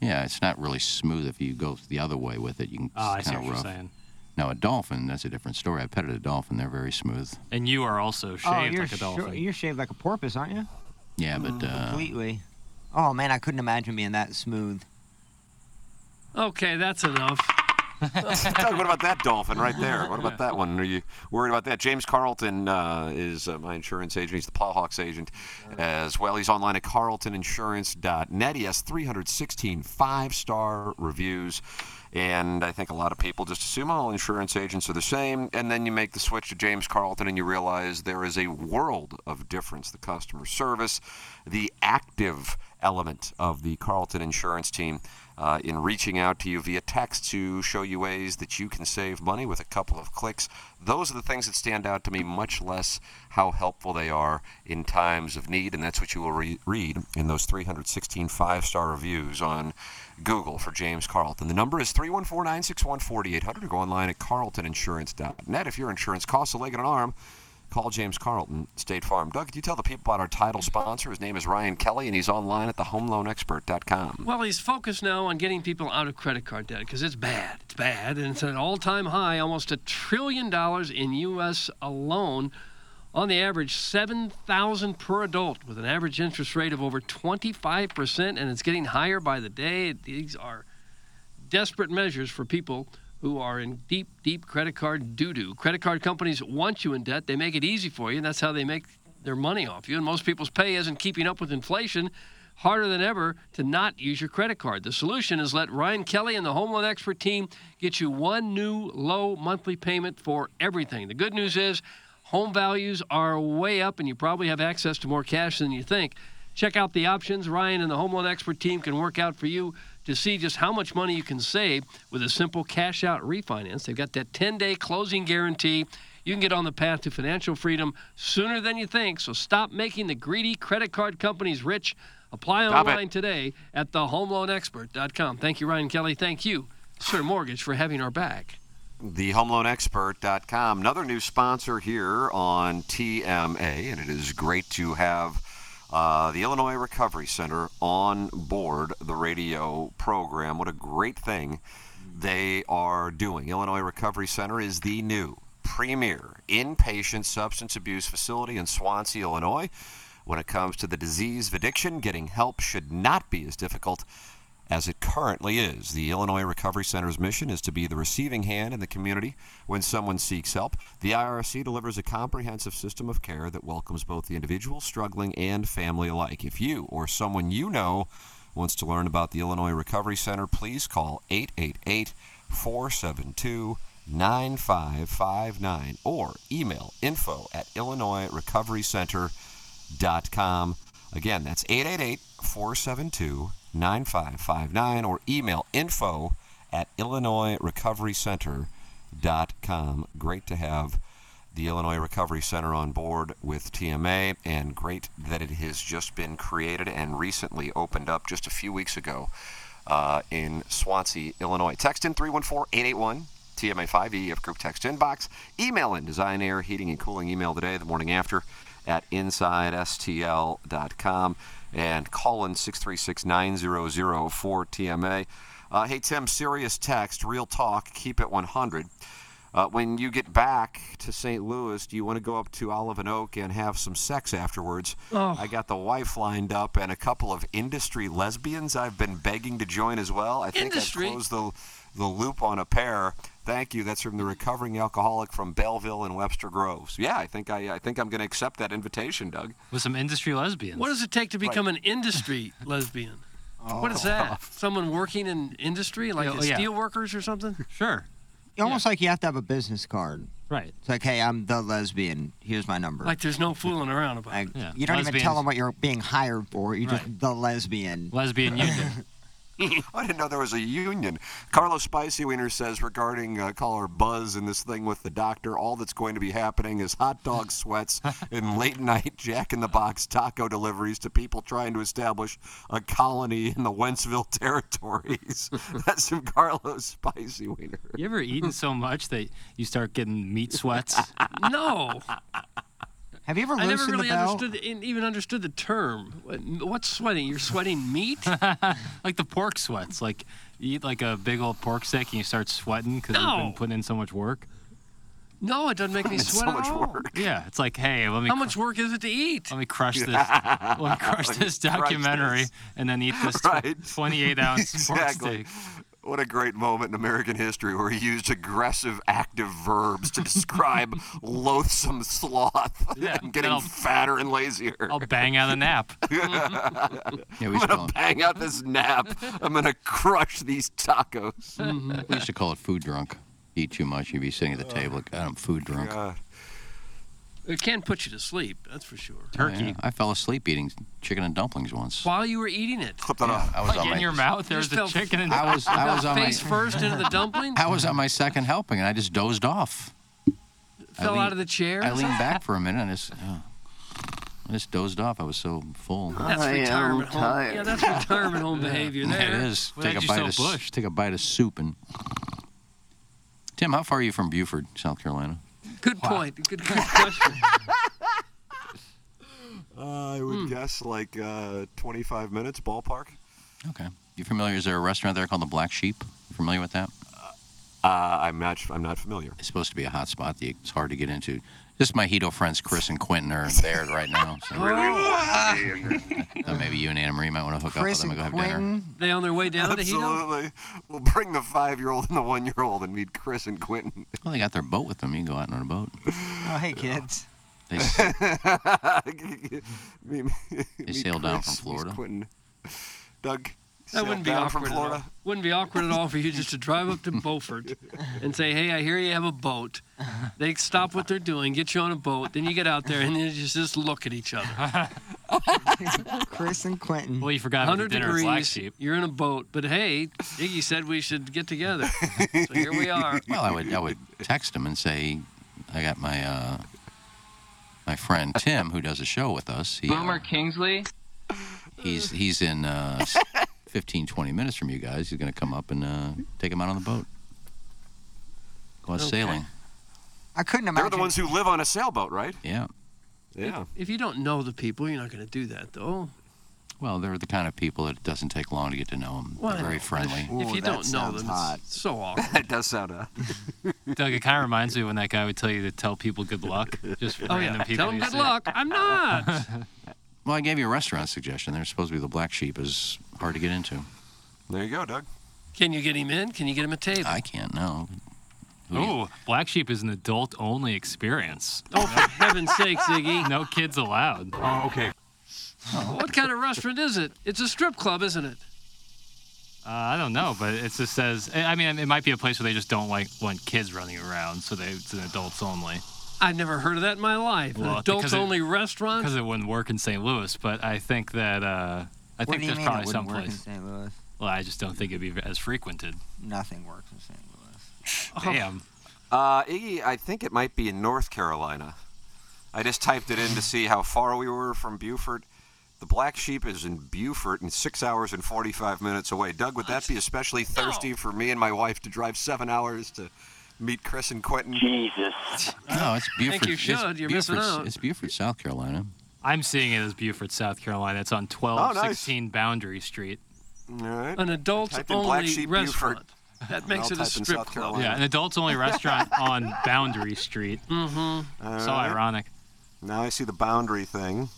Yeah, it's not really smooth. If you go the other way with it, you can.
Oh, I
it's
see
kind
what
of
you're
rough.
saying.
Now a dolphin, that's a different story. I petted a dolphin; they're very smooth.
And you are also
Oh,
shaved
you're,
like a dolphin.
sure- you're shaved like a porpoise, aren't you?
Yeah, but uh,
Completely. Oh, man, I couldn't imagine being that smooth.
Okay, that's enough.
Doug, what about that dolphin right there? What about that one? Are you worried about that? James Carlton uh, is uh, my insurance agent. He's the Pawhawks agent as well. He's online at carltoninsurance.net. He has 316 five star reviews. And I think a lot of people just assume all insurance agents are the same. And then you make the switch to James Carlton and you realize there is a world of difference. The customer service, the active element of the Carlton insurance team uh, in reaching out to you via text to show you ways that you can save money with a couple of clicks. Those are the things that stand out to me, much less how helpful they are in times of need. And that's what you will re- read in those 316 five star reviews on Google for James Carlton. The number is 314 961 4800 or go online at carltoninsurance.net. If your insurance costs a leg and an arm, Call James Carlton, State Farm. Doug, could you tell the people about our title sponsor? His name is Ryan Kelly, and he's online at thehomeloanexpert.com.
Well, he's focused now on getting people out of credit card debt because it's bad. It's bad, and it's at an all time high, almost a trillion dollars in U.S. alone. On the average, 7000 per adult with an average interest rate of over 25%, and it's getting higher by the day. These are desperate measures for people who are in deep, deep credit card doo doo. Credit card companies want you in debt. They make it easy for you, and that's how they make their money off you. And most people's pay isn't keeping up with inflation. Harder than ever to not use your credit card. The solution is let Ryan Kelly and the Home Loan Expert team get you one new low monthly payment for everything. The good news is home values are way up, and you probably have access to more cash than you think. Check out the options Ryan and the Home Loan Expert team can work out for you to see just how much money you can save with a simple cash out refinance. They've got that 10 day closing guarantee. You can get on the path to financial freedom sooner than you think, so stop making the greedy credit card companies rich. Apply
Stop it.
online today at thehomeloanexpert.com. Thank you, Ryan Kelly. Thank you, Sir Mortgage, for having our back.
thehomeloanexpert.com. Another new sponsor here on TMA, and it is great to have uh, the Illinois Recovery Center on board the radio program. What a great thing they are doing. Illinois Recovery Center is the new premier inpatient substance abuse facility in Swansea, Illinois. When it comes to the disease of addiction, getting help should not be as difficult as it currently is. The Illinois Recovery Center's mission is to be the receiving hand in the community when someone seeks help. The IRC delivers a comprehensive system of care that welcomes both the individual struggling and family alike. If you or someone you know wants to learn about the Illinois Recovery Center, please call 888 472 9559 or email info at illinoisrecoverycenter.com. Again, that's 888 472 9559 or email info at illinoisrecoverycenter.com. Great to have the Illinois Recovery Center on board with TMA, and great that it has just been created and recently opened up just a few weeks ago uh, in Swansea, Illinois. Text in 314 881 TMA5E if group text inbox. Email in design, air, heating, and cooling email today, the morning after at InsideSTL.com and call in 636 900 tma Uh, hey, Tim, serious text, real talk, keep it 100. Uh, when you get back to St. Louis, do you want to go up to Olive and Oak and have some sex afterwards?
Oh.
I got the wife lined up and a couple of industry lesbians I've been begging to join as well. I think
Industry?
I've closed the, the loop on a pair. Thank you. That's from the recovering alcoholic from Belleville and Webster Groves. Yeah, I think I, I think I'm going to accept that invitation, Doug.
With some industry lesbians.
What does it take to
Right. Oh.
become an industry lesbian? What is that? Someone working in industry, like
Yeah,
a
yeah.
steel workers or something?
Sure.
Almost like you have to have a business card.
Right.
It's like, hey, I'm the lesbian. Here's my number.
Like there's no fooling around about it.
you don't even tell them what you're being hired for. You're just the lesbian.
Lesbian union.
I didn't know there was a union. Carlos Spiceywiener says regarding uh, caller Buzz and this thing with the doctor, all that's going to be happening is hot dog sweats and late night Jack in the Box taco deliveries to people trying to establish a colony in the Wentzville territories. that's from Carlos Spiceywiener.
You ever eaten so much that you start getting meat sweats?
No,
Have you ever
I never
loosened
really
the bell?
understood, in- even understood the term. What- What's sweating? You're sweating meat?
like the pork sweats. Like you eat like a big old pork steak and you start sweating because you've
No.
been putting in so much work.
No, it doesn't make me
It's so
sweat at
much
all.
Yeah, it's like hey, let me
How much work is it to eat?
let me crush this let me crush
Let me
this
crush
documentary
this.
and then eat this tw- 28 ounce pork
Exactly.
steak.
What a great moment in American history where he used aggressive active verbs to describe loathsome sloth
Yeah,
and getting
I'll-
fatter and lazier.
I'll bang out a nap.
Yeah,
I'm
we should
gonna bang out this nap. I'm gonna crush these tacos.
We used to call it food drunk. Eat too much, you'd be sitting at the table like, God, I'm food drunk.
It can put you to sleep, that's for sure.
Yeah, I fell asleep eating chicken and dumplings once.
While you were eating it.
Clip that off.
I was on my,
mouth, there
You just
was a
fell-
chicken and-
I was- I was on my-
face first into the dumpling.
I was on my second helping and I just dozed off. I
Fell
lean-
out of the chair.
I leaned back for a minute and I just, oh, I just dozed off. I was so full.
That's retirement home. Yeah, that's retirement home behavior.
Yeah,
There.
it is.
Well,
take a
that's
bite
just
of
so bush.
s- take a bite of soup and. Tim, how far are you from Buford, South Carolina?
Good point. Good, good question.
I would guess like 25 minutes ballpark.
Okay. You familiar? Is there a restaurant there called the Black Sheep? You familiar with that?
Uh, I'm not. I'm not familiar.
It's supposed to be a hot spot. that you- It's hard to get into. Just my Hito friends, Chris and Quentin, are there right now. So
Oh.
Uh, maybe you and Anna Marie might want to hook
Chris
up with them and
and
go have dinner.
They on their way down to Hino?
Absolutely. We'll bring the five-year-old and the one-year-old and meet Chris and Quentin.
Well, they got their boat with them. You can go out on a boat.
Oh, hey, kids.
They, s-
Me- me- meet
sailed down
Chris,
from
meet
Florida.
Quentin. Doug.
That
sailed
wouldn't be
down
awkward.
from
At
Florida.
all. Wouldn't be awkward at all for you just to drive up to Beaufort and say, "Hey, I hear you have a boat." They stop what they're doing, get you on a boat, then you get out there and then you just, just look at each other.
Chris and Quentin.
Well, you forgot about the
100
dinner at
degrees,
Black Sheep.
you're in a boat, but hey, Iggy said we should get together. So here we are.
well, I would I would text them and say, I got my uh, my friend Tim who does a show with us. He, uh,
Boomer Kingsley.
he's he's in uh, s- 15, 20 minutes from you guys. He's gonna come up and uh, take him out on the boat. Go out
Okay.
sailing.
I couldn't
They're the ones who live on a sailboat, right?
Yeah.
Yeah.
If you don't know the people, you're not going to do that, though.
Well, they're the kind of people that it doesn't take long to get to know them.
Well,
they're very friendly.
If you don't know them, it's so awkward.
That does sound hot.
Doug, it kind of reminds me when that guy would tell you to tell people good luck. Just
Oh,
random
yeah.
people.
Tell them
you
good
see.
luck. I'm not.
Well, I gave you a restaurant suggestion. They're supposed to be the black sheep is hard to get into.
There you go, Doug.
Can you get him in? Can you get him a table?
I can't know.
Ooh, Black Sheep is an adult-only experience.
Oh, for heaven's sakes, Iggy.
No kids allowed. Uh,
Oh, okay.
What kind of restaurant is it? It's a strip club, isn't it?
Uh, I don't know, but it just says. I I mean, it might be a place where they just don't like want kids running around, so they it's an adults only.
I've never heard of that in my life.
Well,
an
because
adults only restaurant?
Because it wouldn't work in St. Louis, but I think that uh, I think
What do you
there's
mean it
probably
wouldn't work in
someplace.
St. Louis?
Well, I just don't think it'd be as frequented.
Nothing works in St. Louis.
Oh,
Oh.
Damn.
Uh, Iggy, I think it might be in North Carolina. I just typed it in to see how far we were from Beaufort. The Black Sheep is in Beaufort and six hours and 45 minutes away. Doug, would that be especially thirsty for me and my wife to drive seven hours to meet Chris and Quentin? Jesus.
No, it's
think
Buford.
you
it's
should. You're missing
Buford's-
out.
It's Buford, South Carolina.
I'm seeing it as Beaufort, South Carolina.
Oh,
It's on 1216 Boundary Street.
All right.
An adults
Type in Black
only
Sheep
restaurant. That
And
makes
I'll
it a
type in
strip
South
club.
Carolina. Yeah, an adults-only restaurant on Boundary Street.
Mm-hmm.
So ironic.
Now I see the boundary thing.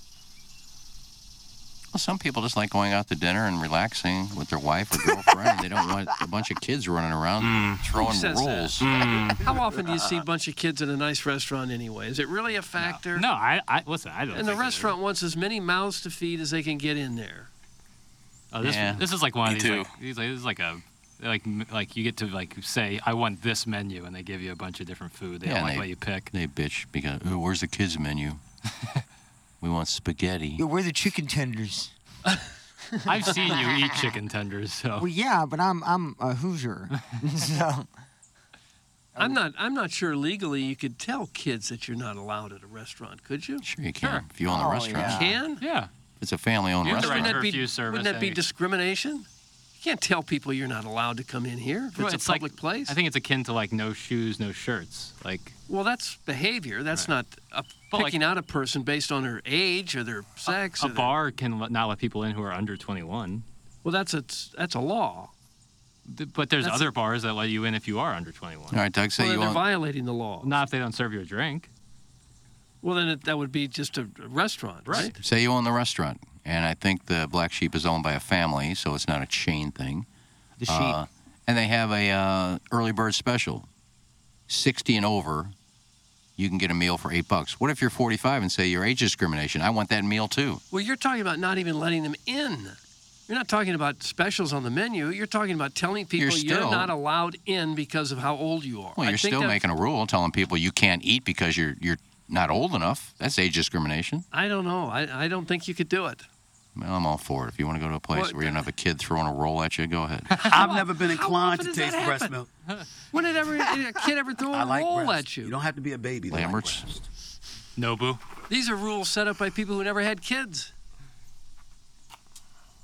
Well, some people just like going out to dinner and relaxing with their wife or girlfriend. and they don't want a bunch of kids running around
Hmm. Who
throwing
says that? Hmm.
rolls.
How often do you see a bunch of kids in a nice restaurant anyway? Is it really a factor?
No, I, I listen. I don't.
And the
think it is.
restaurant wants as many mouths to feed as they can get in there.
Oh, this,
Yeah.
this is like one
Me
of these. Like, these like, this is like a like m- like you get to like say I want this menu and they give you a bunch of different food. They
and
don't like
they,
what you pick.
They bitch because "Oh, where's the kids menu? we want spaghetti.
Yo, we're the chicken tenders.
I've seen you eat chicken tenders, so
Well, yeah, but I'm I'm a Hoosier. so
I'm not. I'm not sure legally you could tell kids that you're not allowed at a restaurant, could you?
Sure, you can. If you own the
Oh,
restaurant,
You can.
Yeah.
It's a family-owned restaurant.
Wouldn't that be, wouldn't that be discrimination? You can't tell people you're not allowed to come in here if
Well,
it's, a public
like,
place.
I think it's akin to like no shoes, no shirts. Like
Well, that's behavior. That's not a,
But, like-
picking out a person based on their age or their sex.
a
or their-
bar can let- not let people in who are under 21.
Well, that's a that's a law.
Th- But there's
That's-
other bars that let you in if you are under 21.
All right, Doug. Say you
well, then they're
own.
violating the law.
Not if they don't serve you a drink.
Well, then it, that would be just a a restaurant, right?
Say you own the restaurant, and I think the black sheep is owned by a family, so it's not a chain thing.
The
Uh, and they have a uh, early bird special. 60 and over, you can get a meal for eight bucks. What if you're 45 and say your age discrimination? I want that meal too.
Well, you're talking about not even letting them in. You're not talking about specials on the menu. You're talking about telling people
You're
you're,
still-
not allowed in because of how old you are.
Well,
I
you're
think
still
that-
making a rule telling people you can't eat because you're you're not old enough. That's age discrimination.
I don't know. I, I don't think you could do it.
Well, I'm all for it. If you want to go to a place
Well,
where you don't have a kid throwing a roll at you, go ahead.
I've never been inclined to
often does
taste
that
breast
happen?
milk.
When did ever did a kid ever throw
I
a
like
roll
breast.
at you?
You don't have to be a baby. to like
Lambert's.
Nobu.
These are rules set up by people who never had kids.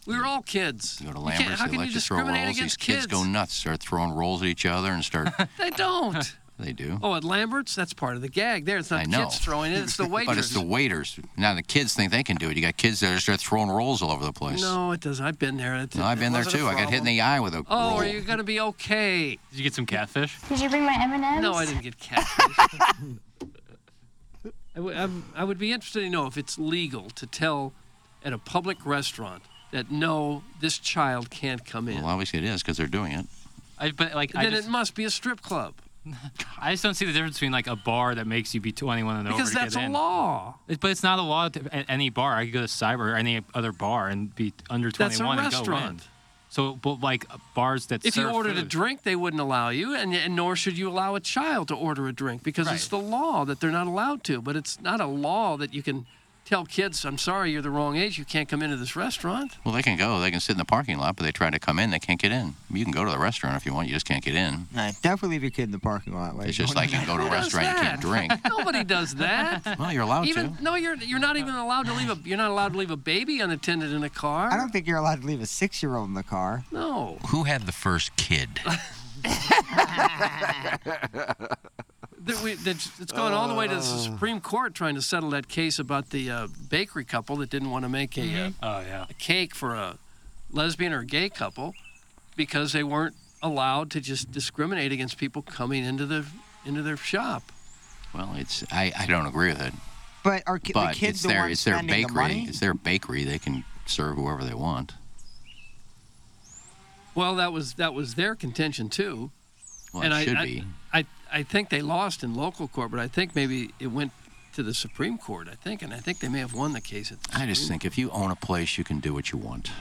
We were all kids.
You go to
can't-
Lambert's,
how
they
can
like
you
to throw
discriminate
rolls. These
against
kids go
kids?
nuts, start throwing rolls at each other and start.
They don't.
they do.
Oh, at Lambert's, that's part of the gag. There, it's not
I
the
know.
kids throwing it; it's the waiters.
But it's the waiters. Now the kids think they can do it. You got kids that are start throwing rolls all over the place.
No, it doesn't. I've been there. It-
No, I've
it
been there
wasn't
too.
a
I got hit in
problem.
the eye with a
Oh,
roll.
are you gonna be okay?
Did you get some catfish?
Did you bring my M&Ms?
No, I didn't get catfish. I, w- I'm- I would be interested to know if it's legal to tell at a public restaurant that no, this child can't come in.
Well, obviously it is because they're doing it.
I, but like, I
then
just,
it must be a strip club
I just don't see the difference between like a bar that makes you be 21 and over
because
to
that's
get
a
in.
law.
It- But it's not a law to- at any bar. I could go to Cyber or any other bar and be under 21
That's a
and go in.
restaurant.
So, but like bars that
If you
serve
ordered a
food.
drink, they wouldn't allow you, and, and nor should you allow a child to order a drink because it's the law that they're not allowed to. But it's not a law that you can tell kids, "I'm sorry, you're the wrong age. You can't come into this restaurant."
Well, they can go. They can sit in the parking lot, but they try to come in. They can't get in. You can go to the restaurant if you want. You just can't get in.
All right, definitely leave your kid in the parking lot.
It's just like you can go to a restaurant, you can't drink.
Nobody does that.
Well, you're allowed
even, No, you're you're not even allowed to leave a you're not allowed to leave a baby unattended in a car.
I don't think you're allowed to leave a six-year-old in the car.
No.
Who had the first kid?
That we- that- it's going all the way
Uh.
to the Supreme Court trying to settle that case about the uh, bakery couple that didn't want to make a, uh,
Oh yeah.
a cake for a lesbian or gay couple because they weren't allowed to just discriminate against people coming into the into their shop.
Well, it's I, I don't agree with it.
But are ki-
but
the kids
it's
the
their
ones
it's their
spending
bakery.
the money?
It's their bakery. They can serve whoever they want.
Well, that was that was their contention too.
Well, it should
I,
be.
I, I I think they lost in local court, but I think maybe it went to the Supreme Court. I think, and I think they may have won the case. At the
I just
Supreme-
think if you own a place, you can do what you want.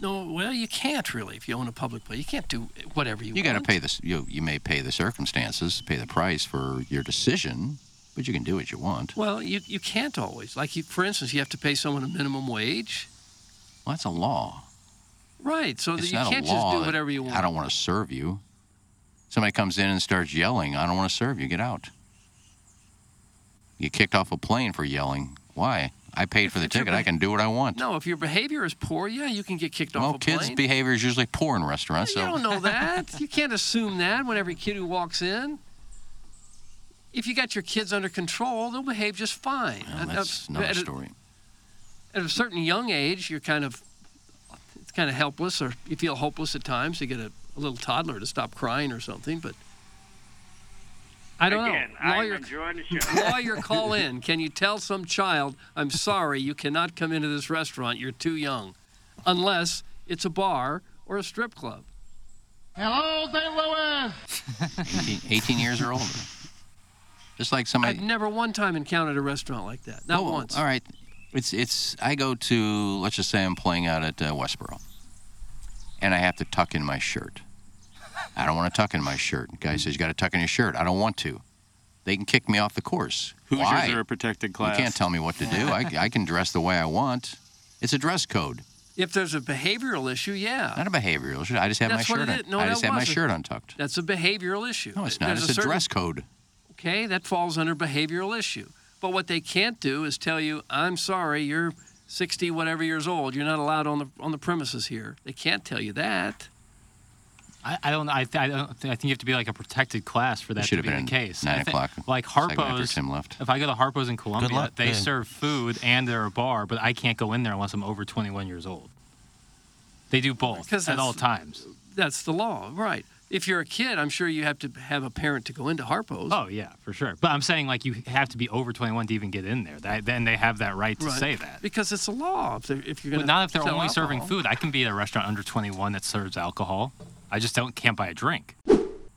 no. Well, you can't really if you own a public place. You can't do whatever you,
You got
want.
to pay this. You you may pay the circumstances, pay the price for your decision, but you can do what you want.
Well, you you can't always. Like you, for instance, you have to pay someone a minimum wage,
Well, that's a law.
right? So that
it's
you
not
can't
a law.
just do
that
whatever you want.
I don't want to serve you. Somebody comes in and starts yelling. I don't want to serve you. Get out. You kicked off a plane for yelling. Why? I paid for the ticket. I can do what I want.
No, if your behavior is poor, yeah, you can get kicked
well,
off a
kids'
plane.
behavior is usually poor in restaurants.
You
so
don't know that. you can't assume that when every kid who walks in. If you got your kids under control, they'll behave just fine. At-
that's
at-
another
at a-
story.
At a certain young age, you're kind of it's kind of helpless, or you feel hopeless at times. You get a, a little toddler to stop crying or something, but I don't
Again,
know.
I'm enjoying the show.
lawyer, call in. Can you tell some child, "I'm sorry, you cannot come into this restaurant. You're too young," unless it's a bar or a strip club.
Hello, St. Louis.
18, 18 years or older. Just like somebody.
I've never one time encountered a restaurant like that. Not
Oh,
once.
All right. It's it's. I go to let's just say I'm playing out at uh, Westboro, and I have to tuck in my shirt. I don't want to tuck in my shirt. Guy says you got to tuck in your shirt. I don't want to. They can kick me off the course.
Hoosiers
Why?
are a protected class.
You can't tell me what to do. I, I can dress the way I want. It's a dress code,
If there's a behavioral issue, yeah.
not a behavioral issue. I just have
That's
my
what
shirt.
it
un-
is. No,
I
that
just have my
wasn't.
shirt untucked.
That's a behavioral issue.
No, it's not.
There's
it's a,
certain-
dress code.
Okay, that falls under behavioral issue. But what they can't do is tell you, "I'm sorry, you're 60 whatever years old. You're not allowed on the on the premises here." They can't tell you that.
I, I don't. I, th- I don't. Th- I think you have to be like a protected class for that
should
to
have
be
been
the case.
nine
I thi-
o'clock
Like
segment after
Harpo's.
Tim left.
If I go to Harpo's in Columbia,
luck,
they
yeah.
serve food and they're a bar, but I can't go in there unless I'm over 21 years old. They do both at
that's-
all times.
That's the law, right? If you're a kid, I'm sure you have to have a parent to go into Harpo's.
Oh yeah, for sure. But I'm saying like you have to be over 21 to even get in there. That, then they have that right to
Right.
say that.
because it's a law. If, they're- if you're going
But
to
not if they're only serving food. I can be at a restaurant under 21 that serves alcohol. I just don't can't buy a drink.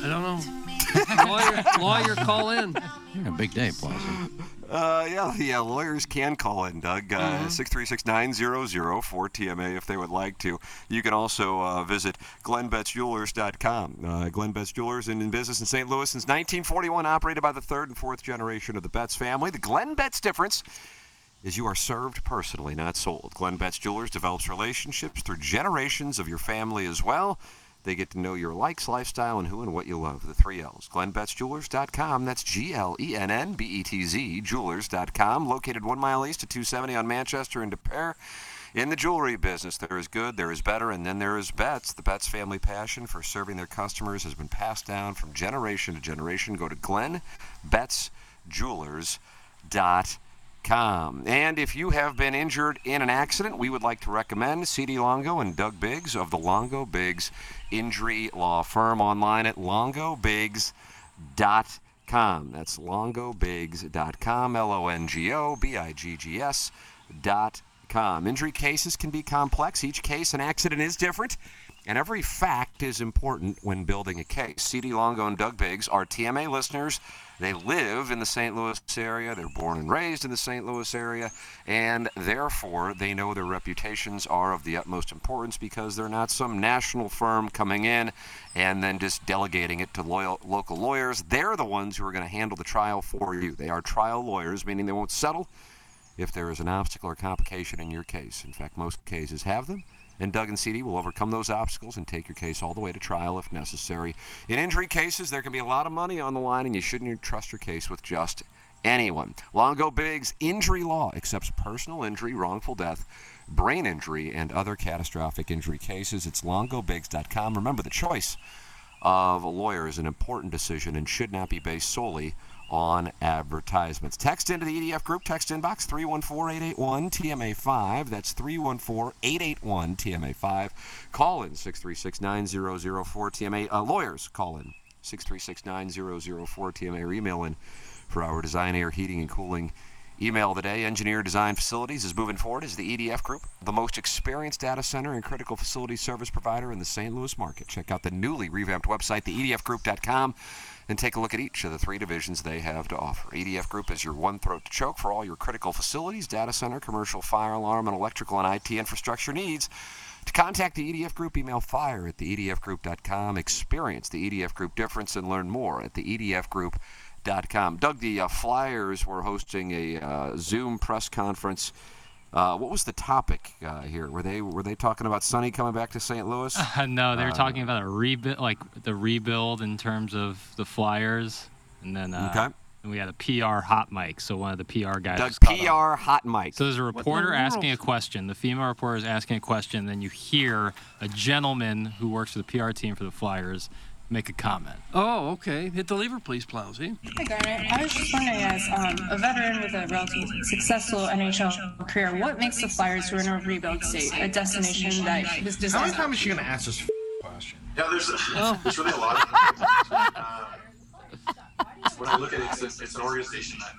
I don't know. lawyer, lawyer, call in.
a big day, Plaza.
Uh, yeah, yeah, lawyers can call in, Doug. Uh, 636-900-4TMA if they would like to. You can also uh, visit glenbettsjewelers.com. Uh, Glenn Betts Jewelers has been in business in St. Louis since 1941, operated by the third and fourth generation of the Betts family. The Glenn Betts difference is you are served personally, not sold. Glenn Betts Jewelers develops relationships through generations of your family as well. They get to know your likes, lifestyle, and who and what you love. The three L's. GlennBettsJewelers.com. That's G L E N N B E T Z Jewelers.com. Located one mile east of 270 on Manchester and De Pere. In the jewelry business, there is good, there is better, and then there is Betts. The Betts family passion for serving their customers has been passed down from generation to generation. Go to GlennBettsJewelers.com. And if you have been injured in an accident, we would like to recommend CD Longo and Doug Biggs of the Longo Biggs Injury Law Firm online at longobiggs.com. That's longobiggs.com, L O N G O B I G G S dot com. Injury cases can be complex. Each case and accident is different, and every fact is important when building a case. CD Longo and Doug Biggs are TMA listeners. They live in the St. Louis area. They're born and raised in the St. Louis area, and therefore they know their reputations are of the utmost importance because they're not some national firm coming in and then just delegating it to loyal, local lawyers. They're the ones who are going to handle the trial for you. They are trial lawyers, meaning they won't settle if there is an obstacle or complication in your case. In fact, most cases have them. And Doug and CD will overcome those obstacles and take your case all the way to trial if necessary. In injury cases, there can be a lot of money on the line, and you shouldn't trust your case with just anyone. Longo Biggs Injury Law accepts personal injury, wrongful death, brain injury, and other catastrophic injury cases. It's longobiggs.com. Remember, the choice of a lawyer is an important decision and should not be based solely on advertisements. Text into the EDF group, text inbox 314 881 TMA5. That's 314 881 TMA5. Call in 636 9004 TMA. Uh, lawyers, call in 636 9004 TMA or email in for our design, air, heating, and cooling. Email today, Engineer Design Facilities is moving forward as the EDF Group, the most experienced data center and critical facility service provider in the St. Louis market. Check out the newly revamped website, E theedfgroup.com, and take a look at each of the three divisions they have to offer. EDF Group is your one throat to choke for all your critical facilities, data center, commercial fire alarm, and electrical and IT infrastructure needs. To contact the EDF Group, email fire at E theedfgroup.com. Experience the EDF Group difference and learn more at E theedfgroup.com. Doug, the uh, Flyers were hosting a uh, Zoom press conference. Uh, what was the topic uh, here? Were they were they talking about Sonny coming back to St. Louis?
Uh-huh.
Uh, no, they were
Uh,
talking about a rebuild, like the rebuild in terms of the Flyers, and then uh,
Okay.
and we had a PR hot mic. So one of the PR guys.
Doug,
caught on.
PR hot mic.
So there's a
the
reporter
world?
asking a question. The female reporter is asking a question. Then you hear a gentleman who works for the PR team for the Flyers make a comment.
Oh, okay. Hit the lever, please, Plowsy.
Hi, Garnet. I was just wondering, as um, a veteran with a relatively successful NHL career, what makes the Flyers, who are in a rebuild state, a destination that was
How
designed?
many times is she gonna ask this f- question?
Yeah, there's, there's really a lot of Um, when I look at it, it's, a, it's an organization that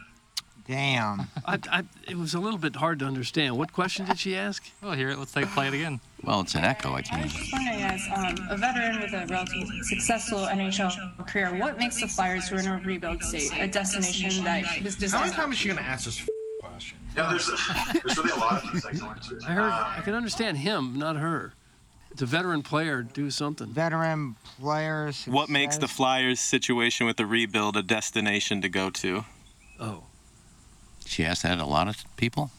Damn.
I, I, it was a little bit hard to understand. What question did she ask?
Well, here, let's take play it again.
Well, it's an echo. I can't.
just wondering, as um, a veteran with a relatively successful NHL career, what makes the Flyers, who are in a rebuild state, a destination that was
How
designed?
many times is she gonna ask this f- question?
Yeah, there's, there's really a lot of things that go into it.
I heard. I can understand him, not her. It's a veteran player. Do something.
Veteran players.
What makes the Flyers' situation with the rebuild a destination to go to?
Oh.
She asked that a lot of people.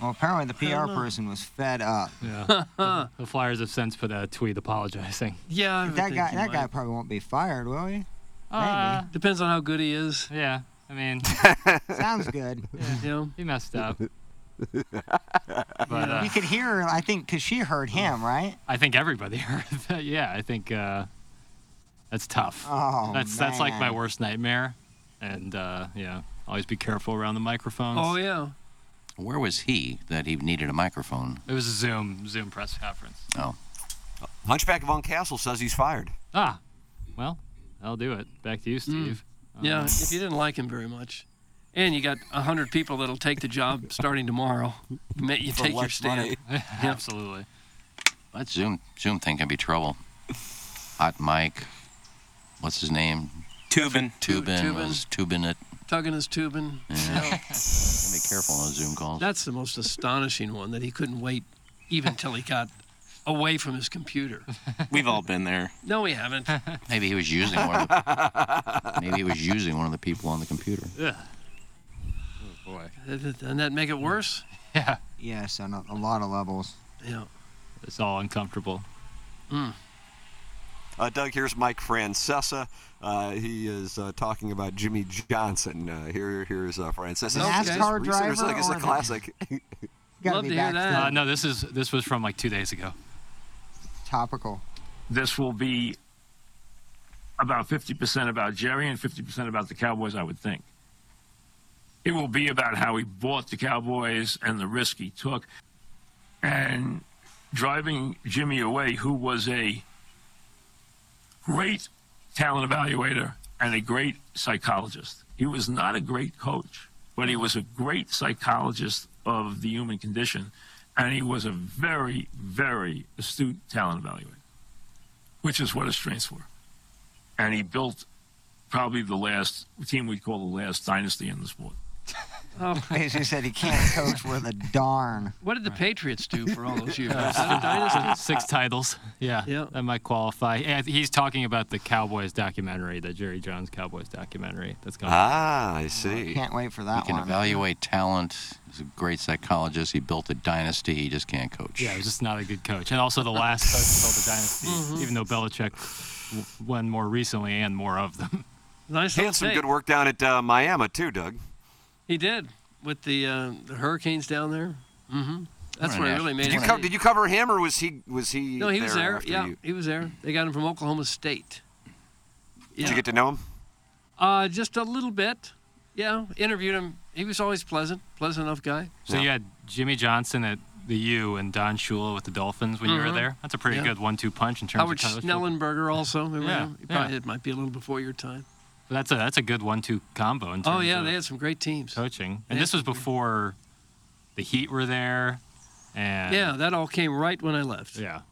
Well, apparently the
I don't
PR
know.
person was fed up.
Yeah. the the Flyers have since put out a tweet apologizing.
Yeah, I would
that
think
guy.
he
That guy
might.
probably won't be fired, will he?
Uh,
Depends on how good he is.
Yeah, I mean,
Sounds good.
Yeah.
he messed up. But, uh,
you could hear her, I think, because she
Oh.
heard him, right?
I think everybody heard that. Yeah, I think uh, that's tough.
Oh,
that's that's like my
man.
worst nightmare, and uh, yeah, always be careful around the microphones.
Oh yeah.
Where was he that he needed a microphone?
It was a Zoom Zoom press conference.
Oh.
Hunchback of Von Castle says he's fired.
Ah, well, I'll do it. Back to you, Steve.
Yeah,
Uh,
if you didn't like him very much. And you got 100 people that'll take the job starting tomorrow. Ma- You
For
take your
less
stand.
money. Absolutely.
That Zoom Zoom thing can be trouble. Hot Mike, what's his name?
Tubin.
Tubin,
Tubin.
was tubing it.
Tugging his tubing.
Yeah. Be careful on those Zoom calls.
That's the most astonishing one that he couldn't wait even till he got away from his computer.
We've all been there.
No, we haven't.
Maybe he was using one. Of the, maybe he was using one of the people on the computer.
Ugh.
Boy.
Doesn't that make it worse?
Yeah.
Yes, on a, a lot of levels.
Yeah.
Hmm.
It's all uncomfortable.
Uh, Doug, here's Mike Francesa. Uh, he is uh, talking about Jimmy Johnson. Uh, here, here's uh, Francesa.
The
Is
NASCAR
this recent or is it-
driver
I guess
or
a
the-
classic.
Gotta
Love
be
to hear
back
that.
Uh, no, this is this was from like two days ago.
Topical.
This will be about 50% about Jerry and 50% about the Cowboys, I would think. It will be about how he bought the Cowboys and the risk he took and driving Jimmy away, who was a great talent evaluator and a great psychologist. He was not a great coach, but he was a great psychologist of the human condition. And he was a very, very astute talent evaluator, which is what his strengths were. And he built probably the last team we'd call the last dynasty in the sport.
Oh,
As you said, he can't coach worth a darn.
what did the Patriots do for all those years? Was that a
Uh,
dynasty?
Six titles. Yeah, that might qualify. Yeah, he's talking about the Cowboys documentary, the Jerry Jones Cowboys documentary. That's coming.
ah, I see.
Can't wait for
He
that
can
one.
evaluate talent. He's a great psychologist. He built a dynasty. He just can't coach.
Yeah, he was just not a good coach, and also the last coach to build the dynasty,
Mm-hmm.
even though Belichick w- won more recently and more of them.
Nice
He
little
had some
take.
good work down at uh, Miami too, Doug.
He did with the uh, the hurricanes down there. Mm-hmm. That's
What
where
an
it really
ass-
made
Did you,
it.
co- did you cover him, or was he was he?
No, he was there.
after
Yeah,
you?
he was there. They got him from Oklahoma State.
Did
Yeah.
you get to know him?
Uh, just a little bit. Yeah, interviewed him. He was always pleasant, pleasant enough guy.
So you had Jimmy Johnson at the U and Don Shula with the Dolphins when you
Mhm.
were there. That's a pretty
Yeah.
good one-two punch in terms
Howard
of college football.
Schnellenberger also. Remember
Yeah,
him? He probably
yeah.
it might be a little before your time.
That's a that's a good one-two combo in terms
Oh yeah,
of
they had some great teams.
coaching. And this was before the Heat were there, and
Yeah, that all came right when I left.
yeah.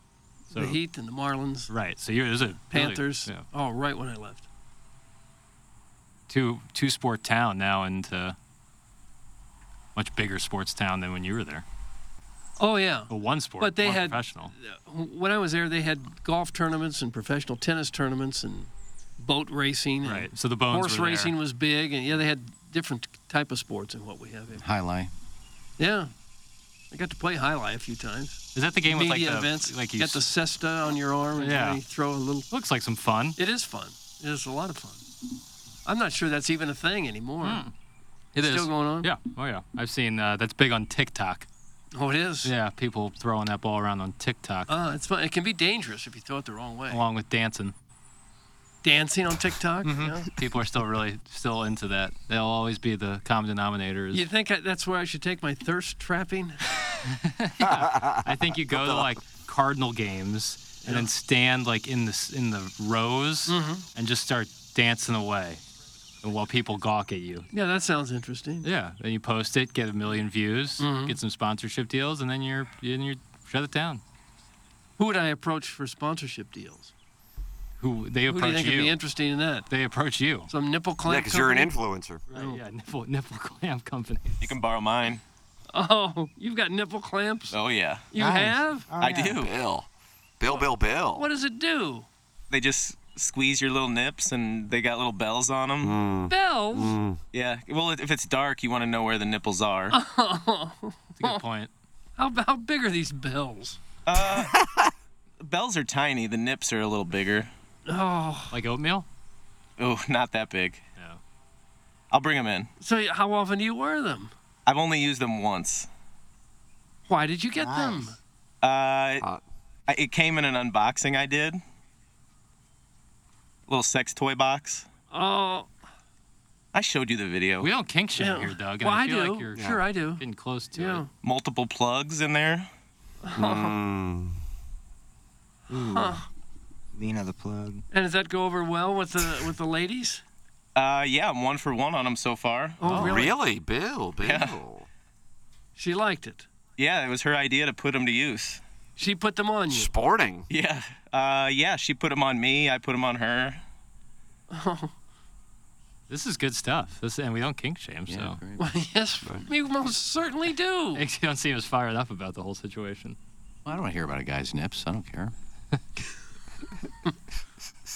So
the Heat and the Marlins,
right. So you it was a really-
Panthers.
yeah,
Oh, right when I left.
two two sport town now into much bigger sports town than when you were there.
Oh yeah.
Well, one sport,
But they
one
had-
professional.
when I was there, they had golf tournaments and professional tennis tournaments and boat racing. and
Right, so the bones
horse
were there.
racing was big, and yeah, they had different type of sports than what we have here.
Highlight.
Yeah, I got to play highlight a few times.
Is that the game with like
Media
the
events,
like you
got the
s-
cesta on your arm, and
Yeah.
you throw a little.
looks like some fun.
It is fun. It is a lot of fun. I'm not sure that's even a thing anymore.
Hmm. It is
Still going on?
Yeah. Oh yeah. I've seen uh, that's big on TikTok.
Oh, it is.
Yeah, people throwing that ball around on TikTok
Uh, it's fun. It can be dangerous if you throw it the wrong way.
along with dancing.
Dancing on TikTok.
Mhm.
yeah.
People are still really still into that. They'll always be the common denominator. is-
You think I, that's where I should take my thirst trapping?
I think you go to like Cardinal games and then stand like in the s- in the rows
Mm-hmm.
and just start dancing away, and while people gawk at you.
Yeah, that sounds interesting.
Yeah. Then you post it, get a million views,
Mhm.
get some sponsorship deals, and then you're then you're shut it down.
Who would I approach for sponsorship deals?
Who they
Who do you
approach
think
you?
would be interested in Oh. that?
they approach you.
Some nipple
Yeah,
clamp.
because you're an
company?
influencer.
Right, yeah, nipple nipple clamp company.
You can borrow mine.
Oh, you've got nipple clamps.
Oh yeah.
You
Nice.
have?
Oh,
I
yeah.
do.
Bill, Bill, Bill, Bill.
What does it do?
They just squeeze your little nips and they got little bells on them.
Bells.
Yeah. Well, if it's dark, you want to know where the nipples are.
That's a good point.
How, how big are these bells?
Uh, Bells are tiny. The nips are a little bigger.
Oh,
Like oatmeal?
Oh, not that big.
No.
I'll bring them in.
so how often do you wear them?
I've only used them once.
Why did you get them?
Uh, I- it came in an unboxing I did. Little sex toy box.
Oh,
I showed you the video.
We don't kink shit here, Doug. and
well, I
feel
do.
Like you're
Sure, I do.
Getting close to
Yeah.
it.
Multiple plugs in there.
Huh.
Lena the plug.
And does that go over well with the with the ladies?
Uh, yeah, I'm one for one on them so far.
Oh, Oh, really? really?
Bill, Bill.
She liked it.
Yeah, it was her idea to put them to use.
She put them on you.
Sporting. Yeah. Uh, yeah, she put them on me. I put them on her.
This is good stuff. This, and we don't kink shame, so.
yes, we most certainly do.
You don't seem as fired up about the whole situation.
Well, I don't want to hear about a guy's nips. I don't care.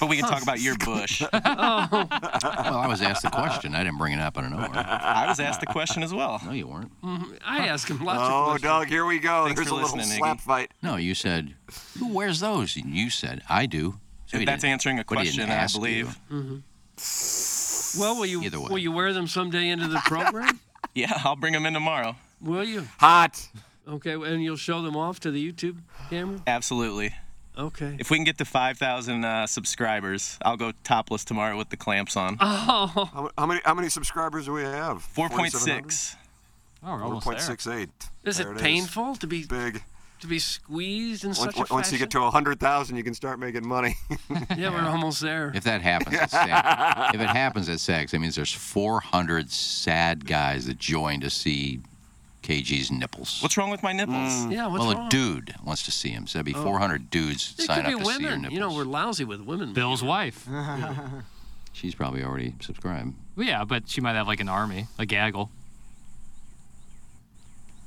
but we can talk about your bush.
well, I was asked the question. I didn't bring it up. I don't know.
I was asked the question as well.
No, you weren't.
Mhm. I asked him lots
Oh,
of questions.
Doug,
here we go.
Thanks
There's
for
a little
listening,
slap
Iggy.
fight.
No, you said, "Who wears those?" And you said, "I do." he
That's
didn't-
answering a
but he didn't
question, I
ask you.
believe.
Well, will you
Either way.
will you wear them someday into the program?
Yeah, I'll bring them in tomorrow.
will you?
Hot.
Okay, and you'll show them off to the YouTube camera.
Absolutely.
Okay.
If we can get to 5,000 uh, subscribers, I'll go topless tomorrow with the clamps on.
Oh.
How, how many how many subscribers do we have?
4.6.
Oh,
we're almost there. 4.68.
Is
There
it
it is.
painful to be
big?
To be squeezed in
Once,
such a
once you get to 100,000, you can start making money.
fashion? yeah, we're almost there.
If that happens at sex, if it happens at sex, that means there's 400 sad guys that join to see KG's nipples.
What's wrong with my nipples?
Yeah, what's
well,
wrong?
a dude wants to see him, so that'd be
Oh.
400 dudes
It
sign
could
up to
be
see your
women.
nipples.
You know, we're lousy with women.
Bill's wife.
She's probably already subscribed.
Well, yeah, but she might have like an army, a gaggle.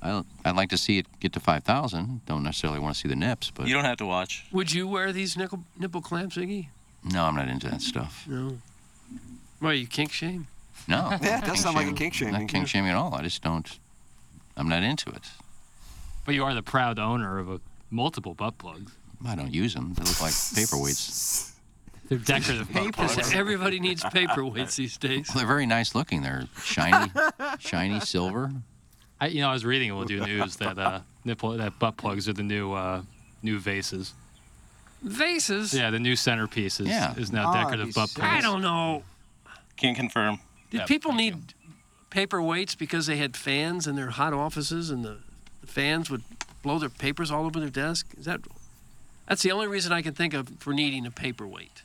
I, I'd like to see it get to 5,000. Don't necessarily want to see the nips, but
You don't have to watch.
Would you wear these nickel, nipple clamps, Iggy?
no, I'm not into that stuff.
No. Well, you kink shame.
No.
Yeah, it does
Kink
sound like a
shaming.
kink shaming.
Not kink shaming at all. I just don't. I'm not into it.
But you are the proud owner of a multiple butt plugs.
I don't use them. They look like paperweights.
They're decorative butt plugs.
Everybody needs paperweights these days.
Well, they're very nice looking. They're shiny, shiny silver.
I, you know, I was reading a Wildoo News that uh, nipple that butt plugs are the new uh, new vases.
Vases?
Yeah, the new centerpiece is,
Yeah.
is now
Oh,
decorative butt plugs.
I don't know.
Can't confirm.
Did
Yeah,
people need paperweights because they had fans in their hot offices and the, the fans would blow their papers all over their desk? Is that that's the only reason I can think of for needing a paperweight.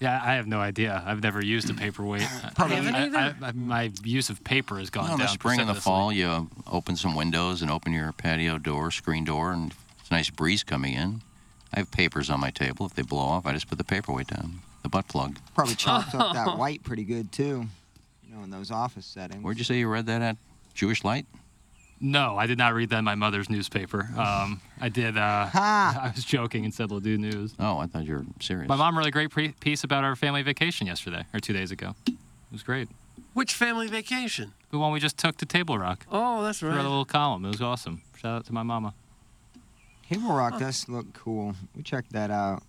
Yeah, I have no idea. I've never used a paperweight.
Probably-
I,
Haven't
I, I, my use of paper has gone
You know, in the
down.
spring and the
precipitously.
fall, you uh, open some windows and open your patio door, screen door, and it's a nice breeze coming in. I have papers on my table. If they blow off, I just put the paperweight down, the butt plug.
Probably chopped up that white pretty good too. You know, in those office settings.
Where'd you say you read that at? Jewish Light?
No, I did not read that in my mother's newspaper. Um, I did. Uh, I was joking and said Ladue News.
Oh, I thought you were serious.
My mom wrote a great pre- piece about our family vacation yesterday or two days ago. It was great.
Which family vacation?
The one we just took to Table Rock.
Oh, that's
She wrote a little column. It was awesome. Shout out to my mama.
Cable Rock does look cool. We checked that out.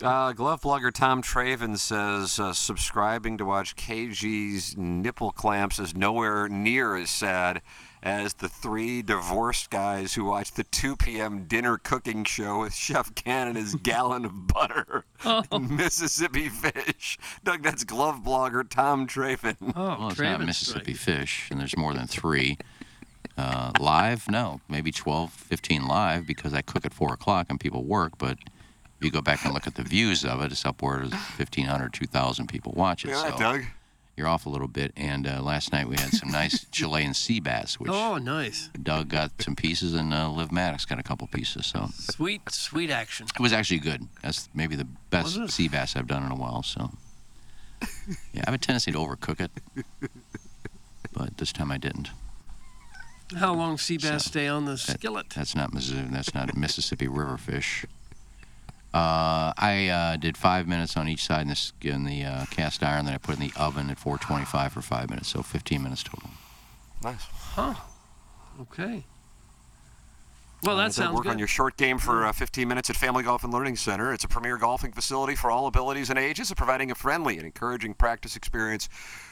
Uh, glove blogger Tom Traven says uh, subscribing to watch KG's nipple clamps is nowhere near as sad as the three divorced guys who watch the 2 p.m. dinner cooking show with Chef Canada's gallon of butter and Mississippi fish. Doug, that's glove blogger Tom Traven.
well, it's not Mississippi Fish, and there's more than three. Uh, live, no, maybe 12, 15 live because I cook at 4 o'clock and people work, but if you go back and look at the views of it, it's upward of 1,500, 2,000 people watch it.
Look at that,
so
Doug.
You're off a little bit, and uh, last night we had some nice Chilean sea bass, which
Oh, nice.
Doug got some pieces, and uh, Liv Maddox got a couple pieces. So
Sweet, sweet action.
it was actually good. That's maybe the best
Was it?
sea bass I've done in a while. So, yeah, I have a tendency to overcook it, but this time I didn't.
How long sea bass stay on the skillet?
That's not Mizzou. That's not Mississippi River fish. Uh, I uh, did five minutes on each side in, this, in the uh, cast iron, then I put it in the oven at 425 for five minutes, so 15 minutes total.
Nice.
Huh. Okay. Well, that
Does
sounds
work
good.
on your short game for uh, 15 minutes at Family Golf and Learning Center. It's a premier golfing facility for all abilities and ages, providing a friendly and encouraging practice experience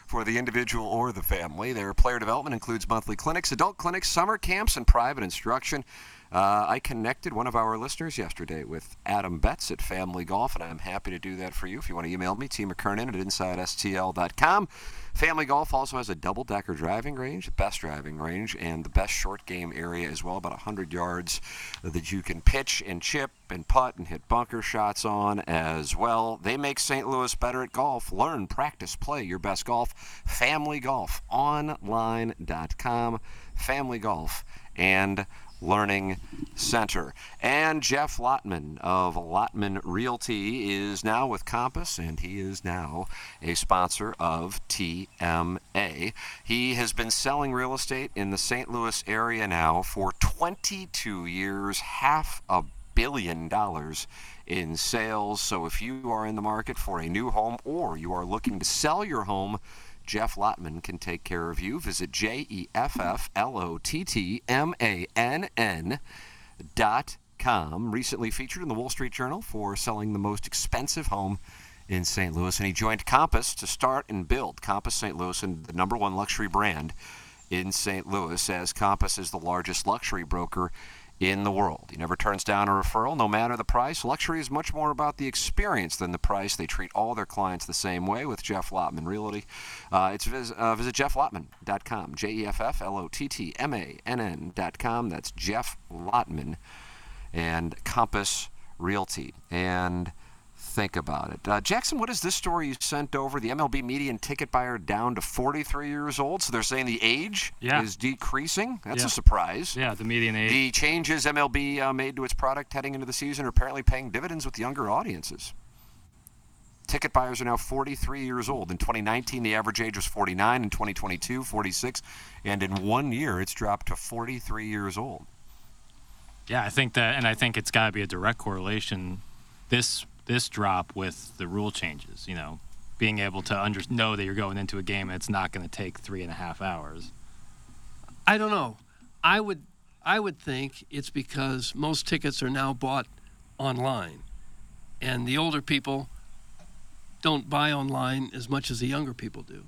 for the individual or the family. Their player development includes monthly clinics, adult clinics, summer camps, and private instruction. Uh, I connected one of our listeners yesterday with Adam Betts at Family Golf, and I'm happy to do that for you. If you want to email me, T. McKernan at InsideSTL.com. Family Golf also has a double decker driving range, the best driving range, and the best short game area as well, about 100 yards that you can pitch and chip and putt and hit bunker shots on as well. They make St. Louis better at golf. Learn, practice, play your best golf. Family Golf, online.com, Family Golf, and Learning Center. And Jeff Lotman of Lotman Realty is now with Compass, and he is now a sponsor of TMA. He has been selling real estate in the St. Louis area now for 22 years, half a billion dollars in sales. So if you are in the market for a new home or you are looking to sell your home, Jeff Lotman can take care of you. Visit J E F F L O T T M A N N dot com. Recently featured in the Wall Street Journal for selling the most expensive home in St. Louis, and he joined Compass to start and build Compass St. Louis, and the number one luxury brand in St. Louis, as Compass is the largest luxury broker in the world. He never turns down a referral, no matter the price. Luxury is much more about the experience than the price. They treat all their clients the same way with Jeff Lotman Realty. Uh, it's vis- uh, visit jefflotman.com, J E F F L O T T M A N N dot com. That's Jeff Lotman and Compass Realty. And think about it. Uh, Jackson, what is this story you sent over? The MLB median ticket buyer down to 43 years old. So they're saying the age
Yeah.
is decreasing. That's
Yeah.
a surprise.
Yeah, the median age.
The changes MLB uh, made to its product heading into the season are apparently paying dividends with younger audiences. Ticket buyers are now 43 years old. In 2019, the average age was 49. In 2022, 46. And in one year, it's dropped to 43 years old.
Yeah, I think that, and I think it's got to be a direct correlation. This this drop with the rule changes, you know, being able to under, know that you're going into a game and it's not going to take three and a half hours.
I don't know. I would I would think it's because most tickets are now bought online, and the older people don't buy online as much as the younger people do.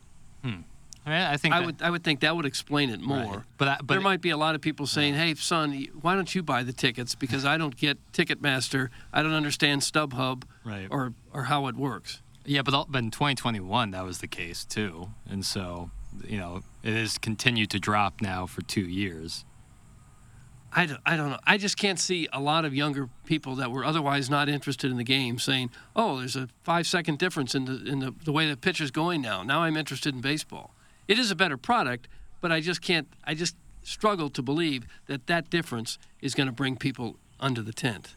I mean, I think
I
that-
would I would think that would explain it more.
But I- but
there might be a lot of people saying, "Hey, son, y- why don't you buy the tickets? Because I don't get Ticketmaster. I don't understand StubHub
Right.
or or how it works."
Yeah, but, all- but in 2021 that was the case too, and so you know it has continued to drop now for two years.
I don't, I don't know. I just can't see a lot of younger people that were otherwise not interested in the game saying, "Oh, there's a five second difference in the in the, the way the pitch is going now. Now I'm interested in baseball." It is a better product, but I just can't. I just struggle to believe that that difference is going to bring people under the tent.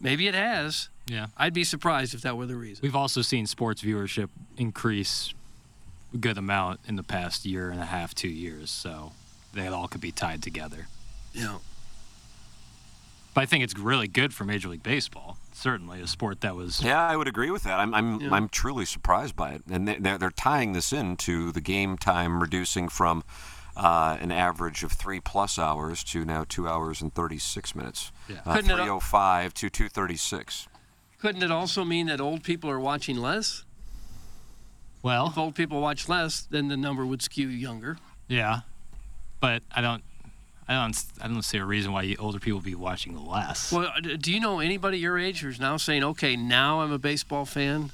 Maybe it has.
Yeah.
I'd be surprised if that were the reason.
We've also seen sports viewership increase a good amount in the past year and a half, two years. So that all could be tied together.
Yeah.
But I think it's really good for Major League Baseball. Certainly, a sport that was
Yeah, I would agree with that. I'm I'm,
Yeah.
I'm truly surprised by it, and they- they're they're tying this into the game time reducing from uh, an average of three plus hours to now two hours and thirty six minutes.
Yeah.
Uh,
Couldn't it al-
305 to 236.
Couldn't it also mean that old people are watching less?
Well,
if old people watch less, then the number would skew younger.
yeah. But I don't, I don't, I don't see a reason why you- older people be watching less.
Well, uh, d- do you know anybody your age who's now saying, "Okay, now I'm a baseball fan"?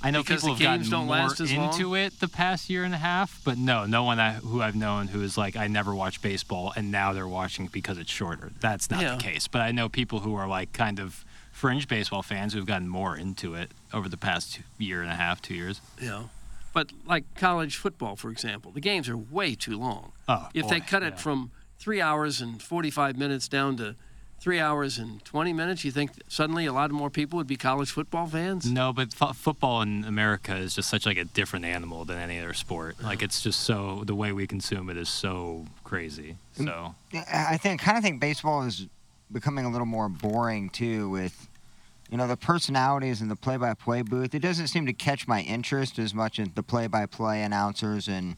I know
because
people
the
have
games
gotten
don't
more
last as long.
into it the past year and a half, but no, no one I, who I've known who is like I never watched baseball and now they're watching because it's shorter. That's not
Yeah.
the case. But I know people who are like kind of fringe baseball fans who've gotten more into it over the past year and a half, two years.
You know, but like college football, for example, the games are way too long.
Oh,
if they
boy,
cut it from three hours and 45 minutes down to three hours and 20 minutes, you think suddenly a lot more people would be college football fans?
No, but fo- football in America is just such like a different animal than any other sport. Like it's just so the way we consume it is so crazy. So
I I think kind of think baseball is becoming a little more boring too with you know the personalities in the play-by-play booth. It doesn't seem to catch my interest as much as the play-by-play announcers and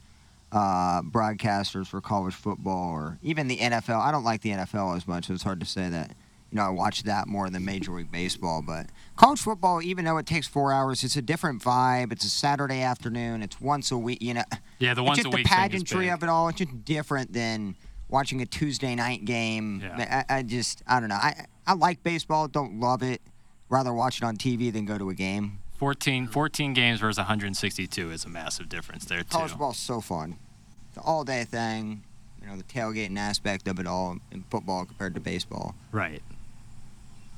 uh, broadcasters for college football or even the NFL. I don't like the NFL as much, so it's hard to say that. You know, I watch that more than Major League Baseball, but college football, even though it takes four hours, it's a different vibe. It's a Saturday afternoon. It's once a week. You know,
Yeah, the
It's
once
just
a
the
week thing is
pageantry
big.
of it all. It's just different than watching a Tuesday night game. I, I just, I don't know. I I like baseball. Don't love it. Rather watch it on TV than go to a game.
14, 14 games versus 162 is a massive difference there too.
College ball's so fun. The all day thing, you know, the tailgating aspect of it all in football compared to baseball.
Right.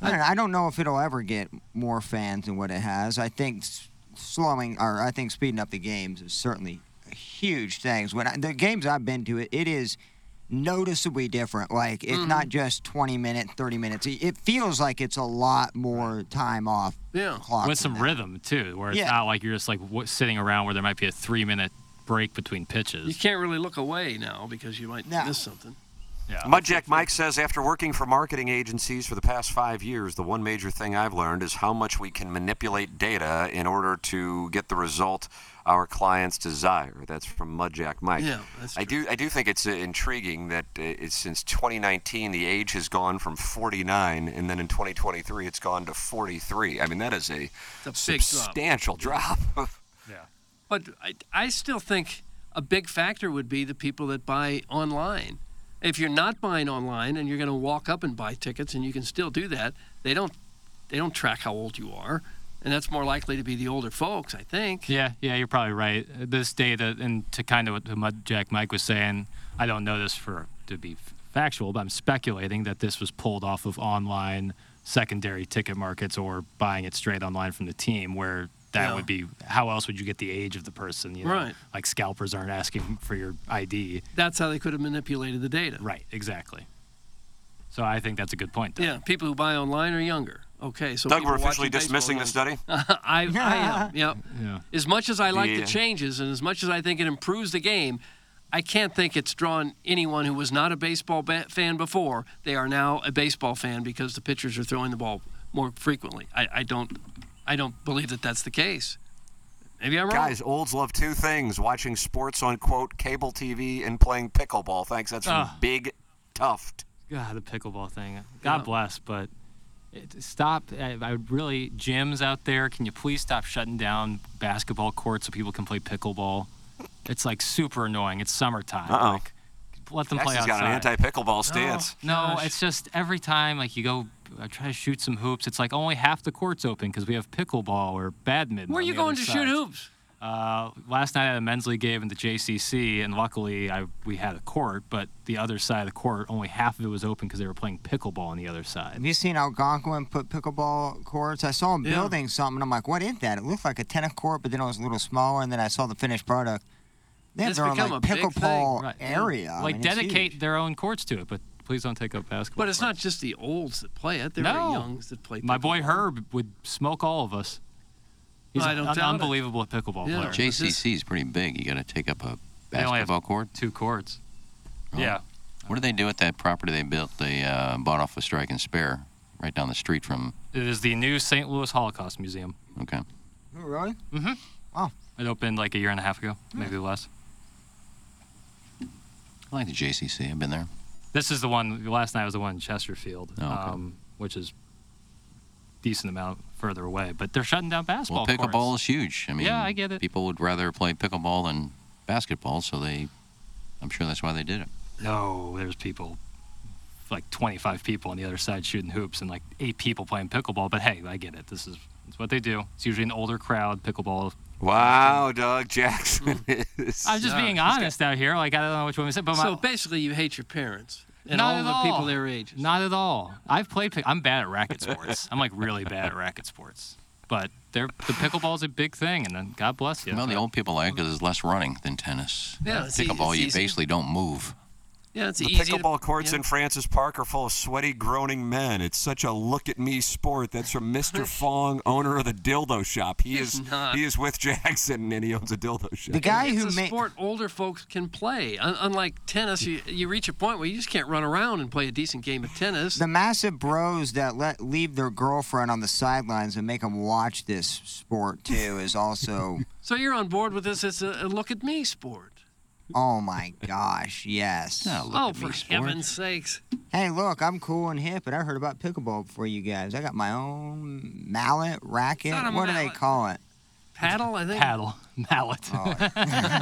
I don't, know, I don't know if it'll ever get more fans than what it has. I think s- slowing or I think speeding up the games is certainly a huge thing. When I, the games I've been to, it, it is noticeably different. Like it's
Mm-hmm.
not just 20 minutes, 30 minutes. It- It feels like it's a lot more time off.
Yeah.
Clock
With some rhythm too, where it's
Yeah.
not like you're just like w- sitting around where there might be a three minute break between
You
pitches.
can't really look away now because you might miss something.
Mudjack Mike says after working for marketing agencies for the past five years, the one major thing I've learned is how much we can manipulate data in order to get the result our clients desire. That's from Mudjack Mike.
Yeah, that's
I do I do think it's uh, intriguing that uh, it's since 2019 the age has gone from 49 and then in 2023 it's gone to 43. I mean that is a,
It's a big drop.
substantial drop.
But I, I still think a big factor would be the people that buy online. If you're not buying online and you're going to walk up and buy tickets, and you can still do that, they don't they don't track how old you are, and that's more likely to be the older folks, I think.
Yeah, yeah, you're probably right. This data, and to kind of what the Mud Jack Mike was saying, I don't know this for to be f- factual, but I'm speculating that this was pulled off of online secondary ticket markets or buying it straight online from the team, where that
Yeah.
would be how else would you get the age of the person? You know,
Right.
like scalpers aren't asking for your ID.
That's how they could have manipulated the data.
Right, exactly. So I think that's a good point. Though.
Yeah, people who buy online are younger. Okay, so
Doug,
people
we're officially
watching baseball
dismissing
young.
the study?
I, I am. Yep.
Yeah.
As much as I like
Yeah.
the changes, and as much as I think it improves the game, I can't think it's drawn anyone who was not a baseball ba- fan before. They are now a baseball fan because the pitchers are throwing the ball more frequently. I, I don't, I don't believe that that's the case. Maybe I'm wrong.
Guys, olds love two things: watching sports on quote cable TV and playing pickleball. Thanks. That's from
Ah.
Big Tuft.
God, the pickleball thing. God bless, but it, stop. I, I would really, gyms out there, can you please stop shutting down basketball courts so people can play pickleball? It's like super annoying. It's summertime.
Uh-uh.
Uh-oh.
Like, let them play
Jackson's got
outside. Oh.
an anti-pickleball
No,
stance.
No,
Gosh.
it's just every time like you go, I try to shoot some hoops. It's like only half the court's open because we have pickleball or badminton.
Where are
on
you
the
going
other
to
side.
shoot hoops?
Uh, last night at a men's league game in the JCC, and luckily I we had a court, but the other side of the court, only half of it was open because they were playing pickleball on the other side.
Have you seen Algonquin put pickleball courts? I saw them building something. and I'm like, what is that? It looked like a tennis court, but then it was a little smaller. And then I saw the finished product. They have
It's
their own
become
like,
a big thing.
pickleball
Right.
area. I
Like
mean, it's huge.
dedicate their own courts to it, but please don't take up basketball.
But it's not just the olds that play it. There
No.
are youngs that play.
My boy
pickleball.
Herb would smoke all of us. He's
I don't
an
doubt it.
unbelievable pickleball
Yeah.
player.
JCC is pretty big. You got to take up a
They only have
basketball court.
Two courts.
Really?
Yeah.
What did they do with that property they built? They uh, bought off of Strike and Spare, right down the street from.
It is the new St. Louis Holocaust Museum.
Okay.
Oh, really?
Mm-hmm.
Wow.
It opened like a year and a half ago, maybe less.
I like the JCC. I've been there.
This is the one. Last night was the one in Chesterfield,
Oh, okay.
um, which is decent amount further away. But they're shutting down basketball
well, pickleball
courts.
is huge. I mean,
Yeah, I get it.
People would rather play pickleball than basketball, so they. I'm sure that's why they did it.
No, there's people, like 25 people on the other side shooting hoops, and like eight people playing pickleball. But hey, I get it. This is it's what they do. It's usually an older crowd. Pickleball.
Wow, Hmm. Doug Jackson is.
I'm just being honest out here. Like I don't know which one we said, but my,
So basically, you hate your parents and
Not
all
at
the people
all.
their age.
Not at all. I've played. Pick- I'm bad at racket sports. I'm like really bad at racket sports. But they're, the pickleball's a big thing, and then God bless you.
Well, the old people like it 'cause there's less running than tennis.
Yeah, it's e-
pickleball,
it's
you
easy.
basically don't move.
Yeah, it's
the
easy.
pickleball courts in Francis Park are full of sweaty, groaning men. It's such a look at me sport. That's from Mr. Fong, owner of the dildo shop. He
It's
is
not.
he is with Jackson and he owns a dildo shop.
it's a sport older folks can play. Un- unlike tennis, you, you reach a point where you just can't run around and play a decent game of tennis.
The massive bros that let leave their girlfriend on the sidelines and make them watch this sport too is also
So you're on board with this as a, a look at me sport.
Oh my gosh, yes.
oh, for heaven's sakes.
Hey, look, I'm cool and hip, and I heard about pickleball before you guys. I got my own mallet, racket.
not a
What do they
mallet.
call it?
Paddle, I think. Oh.
Paddle. Mallet.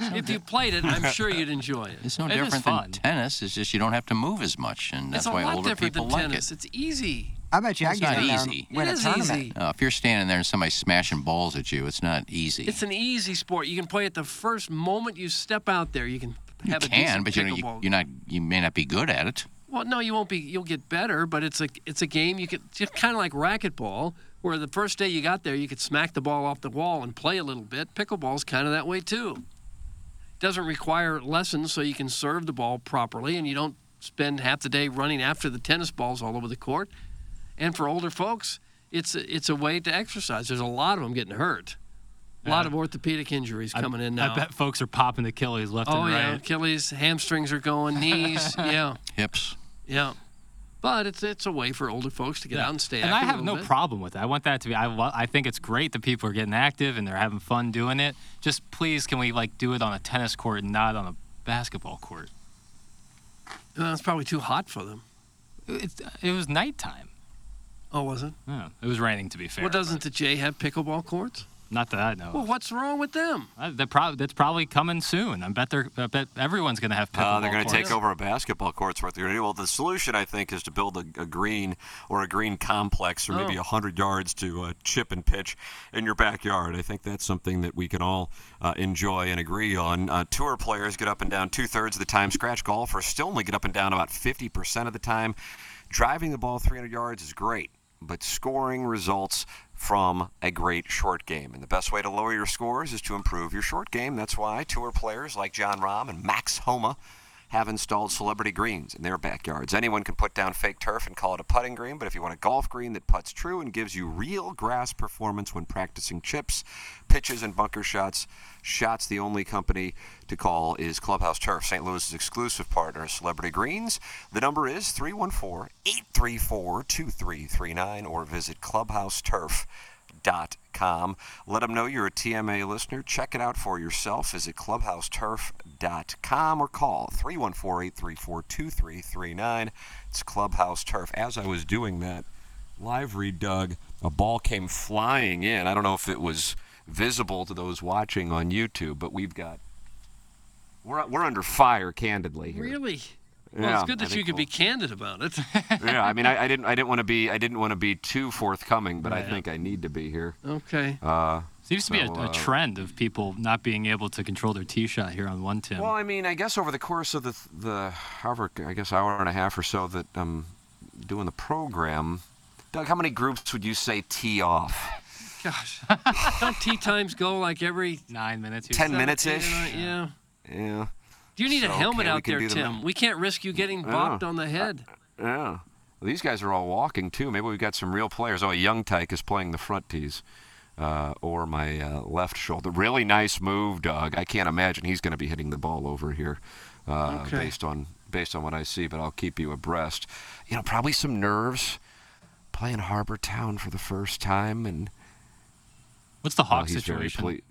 if you played it, I'm sure you'd enjoy it.
It's no
It is
different
fun.
than tennis. It's just you don't have to move as much, and that's
it's a
why
lot
older
different
people
than
like
tennis.
it.
It's easy.
I bet you I
it's
get
not
in there and
easy.
win
It
a
is
tournament.
easy.
Uh, if you're standing there and somebody's smashing balls at you, it's not easy.
It's an easy sport. You can play it the first moment you step out there. You can
you
have a
can,
decent
but you know,
pickleball
you, you're not. You may not be good at it.
Well, no, you won't be. You'll get better, but it's a it's a game you could just kind of like racquetball, where the first day you got there, you could smack the ball off the wall and play a little bit. Pickleball's kind of that way too. Doesn't require lessons, so you can serve the ball properly, and you don't spend half the day running after the tennis balls all over the court. And for older folks, it's a, it's a way to exercise. There's a lot of them getting hurt. A lot
Yeah.
of orthopedic injuries
I-
coming in
I
now.
bet folks are popping Achilles left
oh
and
yeah,
right.
Achilles, hamstrings are going, knees, yeah.
Hips.
Yeah. But it's it's a way for older folks to get out and stay
And I
active a
have
little
no
bit.
problem with it. I want that to be. I, lo- I think it's great that people are getting active and they're having fun doing it. Just please, can we like do it on a tennis court and not on a basketball court?
Well, Uh, it's probably too hot for them.
It's, it was nighttime.
Oh, was it?
Yeah, it was raining to be fair.
well, doesn't the J have pickleball courts?
Not that I know.
Well, what's wrong with them?
Uh, they're prob- that's probably coming soon. I bet they're. I bet everyone's going to have pickleball.
Uh, they're going to
courts.
take over a basketball courts what they're going to do. Well, the solution I think is to build a, a green or a green complex, or maybe
Oh.
a hundred yards to uh, chip and pitch in your backyard. I think that's something that we can all uh, enjoy and agree on. Uh, tour players get up and down two thirds of the time. Scratch golfers still only get up and down about fifty percent of the time. Driving the ball 300 yards is great, but scoring results from a great short game. And the best way to lower your scores is to improve your short game. That's why tour players like John Rahm and Max Homa have installed celebrity greens in their backyards. Anyone can put down fake turf and call it a putting green, but if you want a golf green that puts true and gives you real grass performance when practicing chips, pitches, and bunker shots, shots the only company to call is Clubhouse Turf, St. Louis's exclusive partner, Celebrity Greens. The number is 314 834 2339 or visit clubhouseturf.com. Let them know you're a TMA listener. Check it out for yourself. Visit clubhouseturf.com or call 314 834 2339. It's Clubhouse Turf. As I was doing that, live read Doug, a ball came flying in. I don't know if it was visible to those watching on YouTube, but we've got. We're, we're under fire, candidly. Here.
Really? well,
Yeah,
it's good
I
that you
think
could be
we'll-
candid about it.
yeah, I mean, I, I didn't, I didn't want to be, I didn't want to be too forthcoming, but I
Right.
think I need to be here.
Okay.
Uh,
Seems to be a,
so,
a
uh,
trend of people not being able to control their tee shot here on one tip.
Well, I mean, I guess over the course of the the however, I guess hour and a half or so that I'm doing the program, Doug, how many groups would you say tee off?
Gosh. Don't tea times go like every
nine minutes?
Ten minutes ish.
Yeah.
Yeah.
Do you need a
So,
helmet
okay, we
out
can
there,
do the
Tim?
math.
We can't risk you getting
Yeah.
bopped on the head.
Yeah. Well, these guys are all walking too. Maybe we've got some real players. Oh, a young tyke is playing the front tees. Uh, or my uh, left shoulder. Really nice move, Doug. I can't imagine he's going to be hitting the ball over here, uh,
Okay.
based on based on what I see. But I'll keep you abreast. You know, probably some nerves playing Harbor Town for the first time, and
What's the
well,
hawk
Oh, he's very
situation?
ple-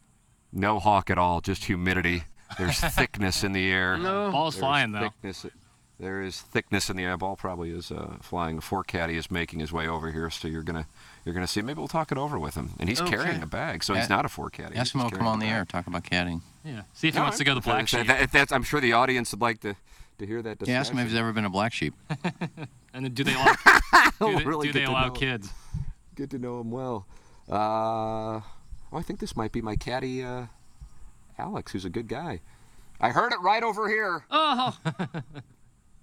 no hawk at all. Just humidity. There's thickness in the air.
No. Ball's
There's
flying, though.
Thickness. There is thickness in the air. Ball probably is uh, flying. Four caddy is making his way over here, so you're gonna you're gonna see. Maybe we'll talk it over with him. And he's
Okay.
carrying a bag, so he's
A-
not a four caddy.
Ask him to come on the air, talk about caddying.
Yeah. See if he wants to go to the black sheep.
that's, I'm sure the audience would like to, to hear that.
Yeah, ask him if he's ever been a black sheep.
and then do they allow, do
We'll
they,
really
do they
get to
allow
know it.
kids?
Good to know him well. Uh, oh, I think this might be my caddy, uh, Alex, who's a good guy. I heard it right over here.
Oh.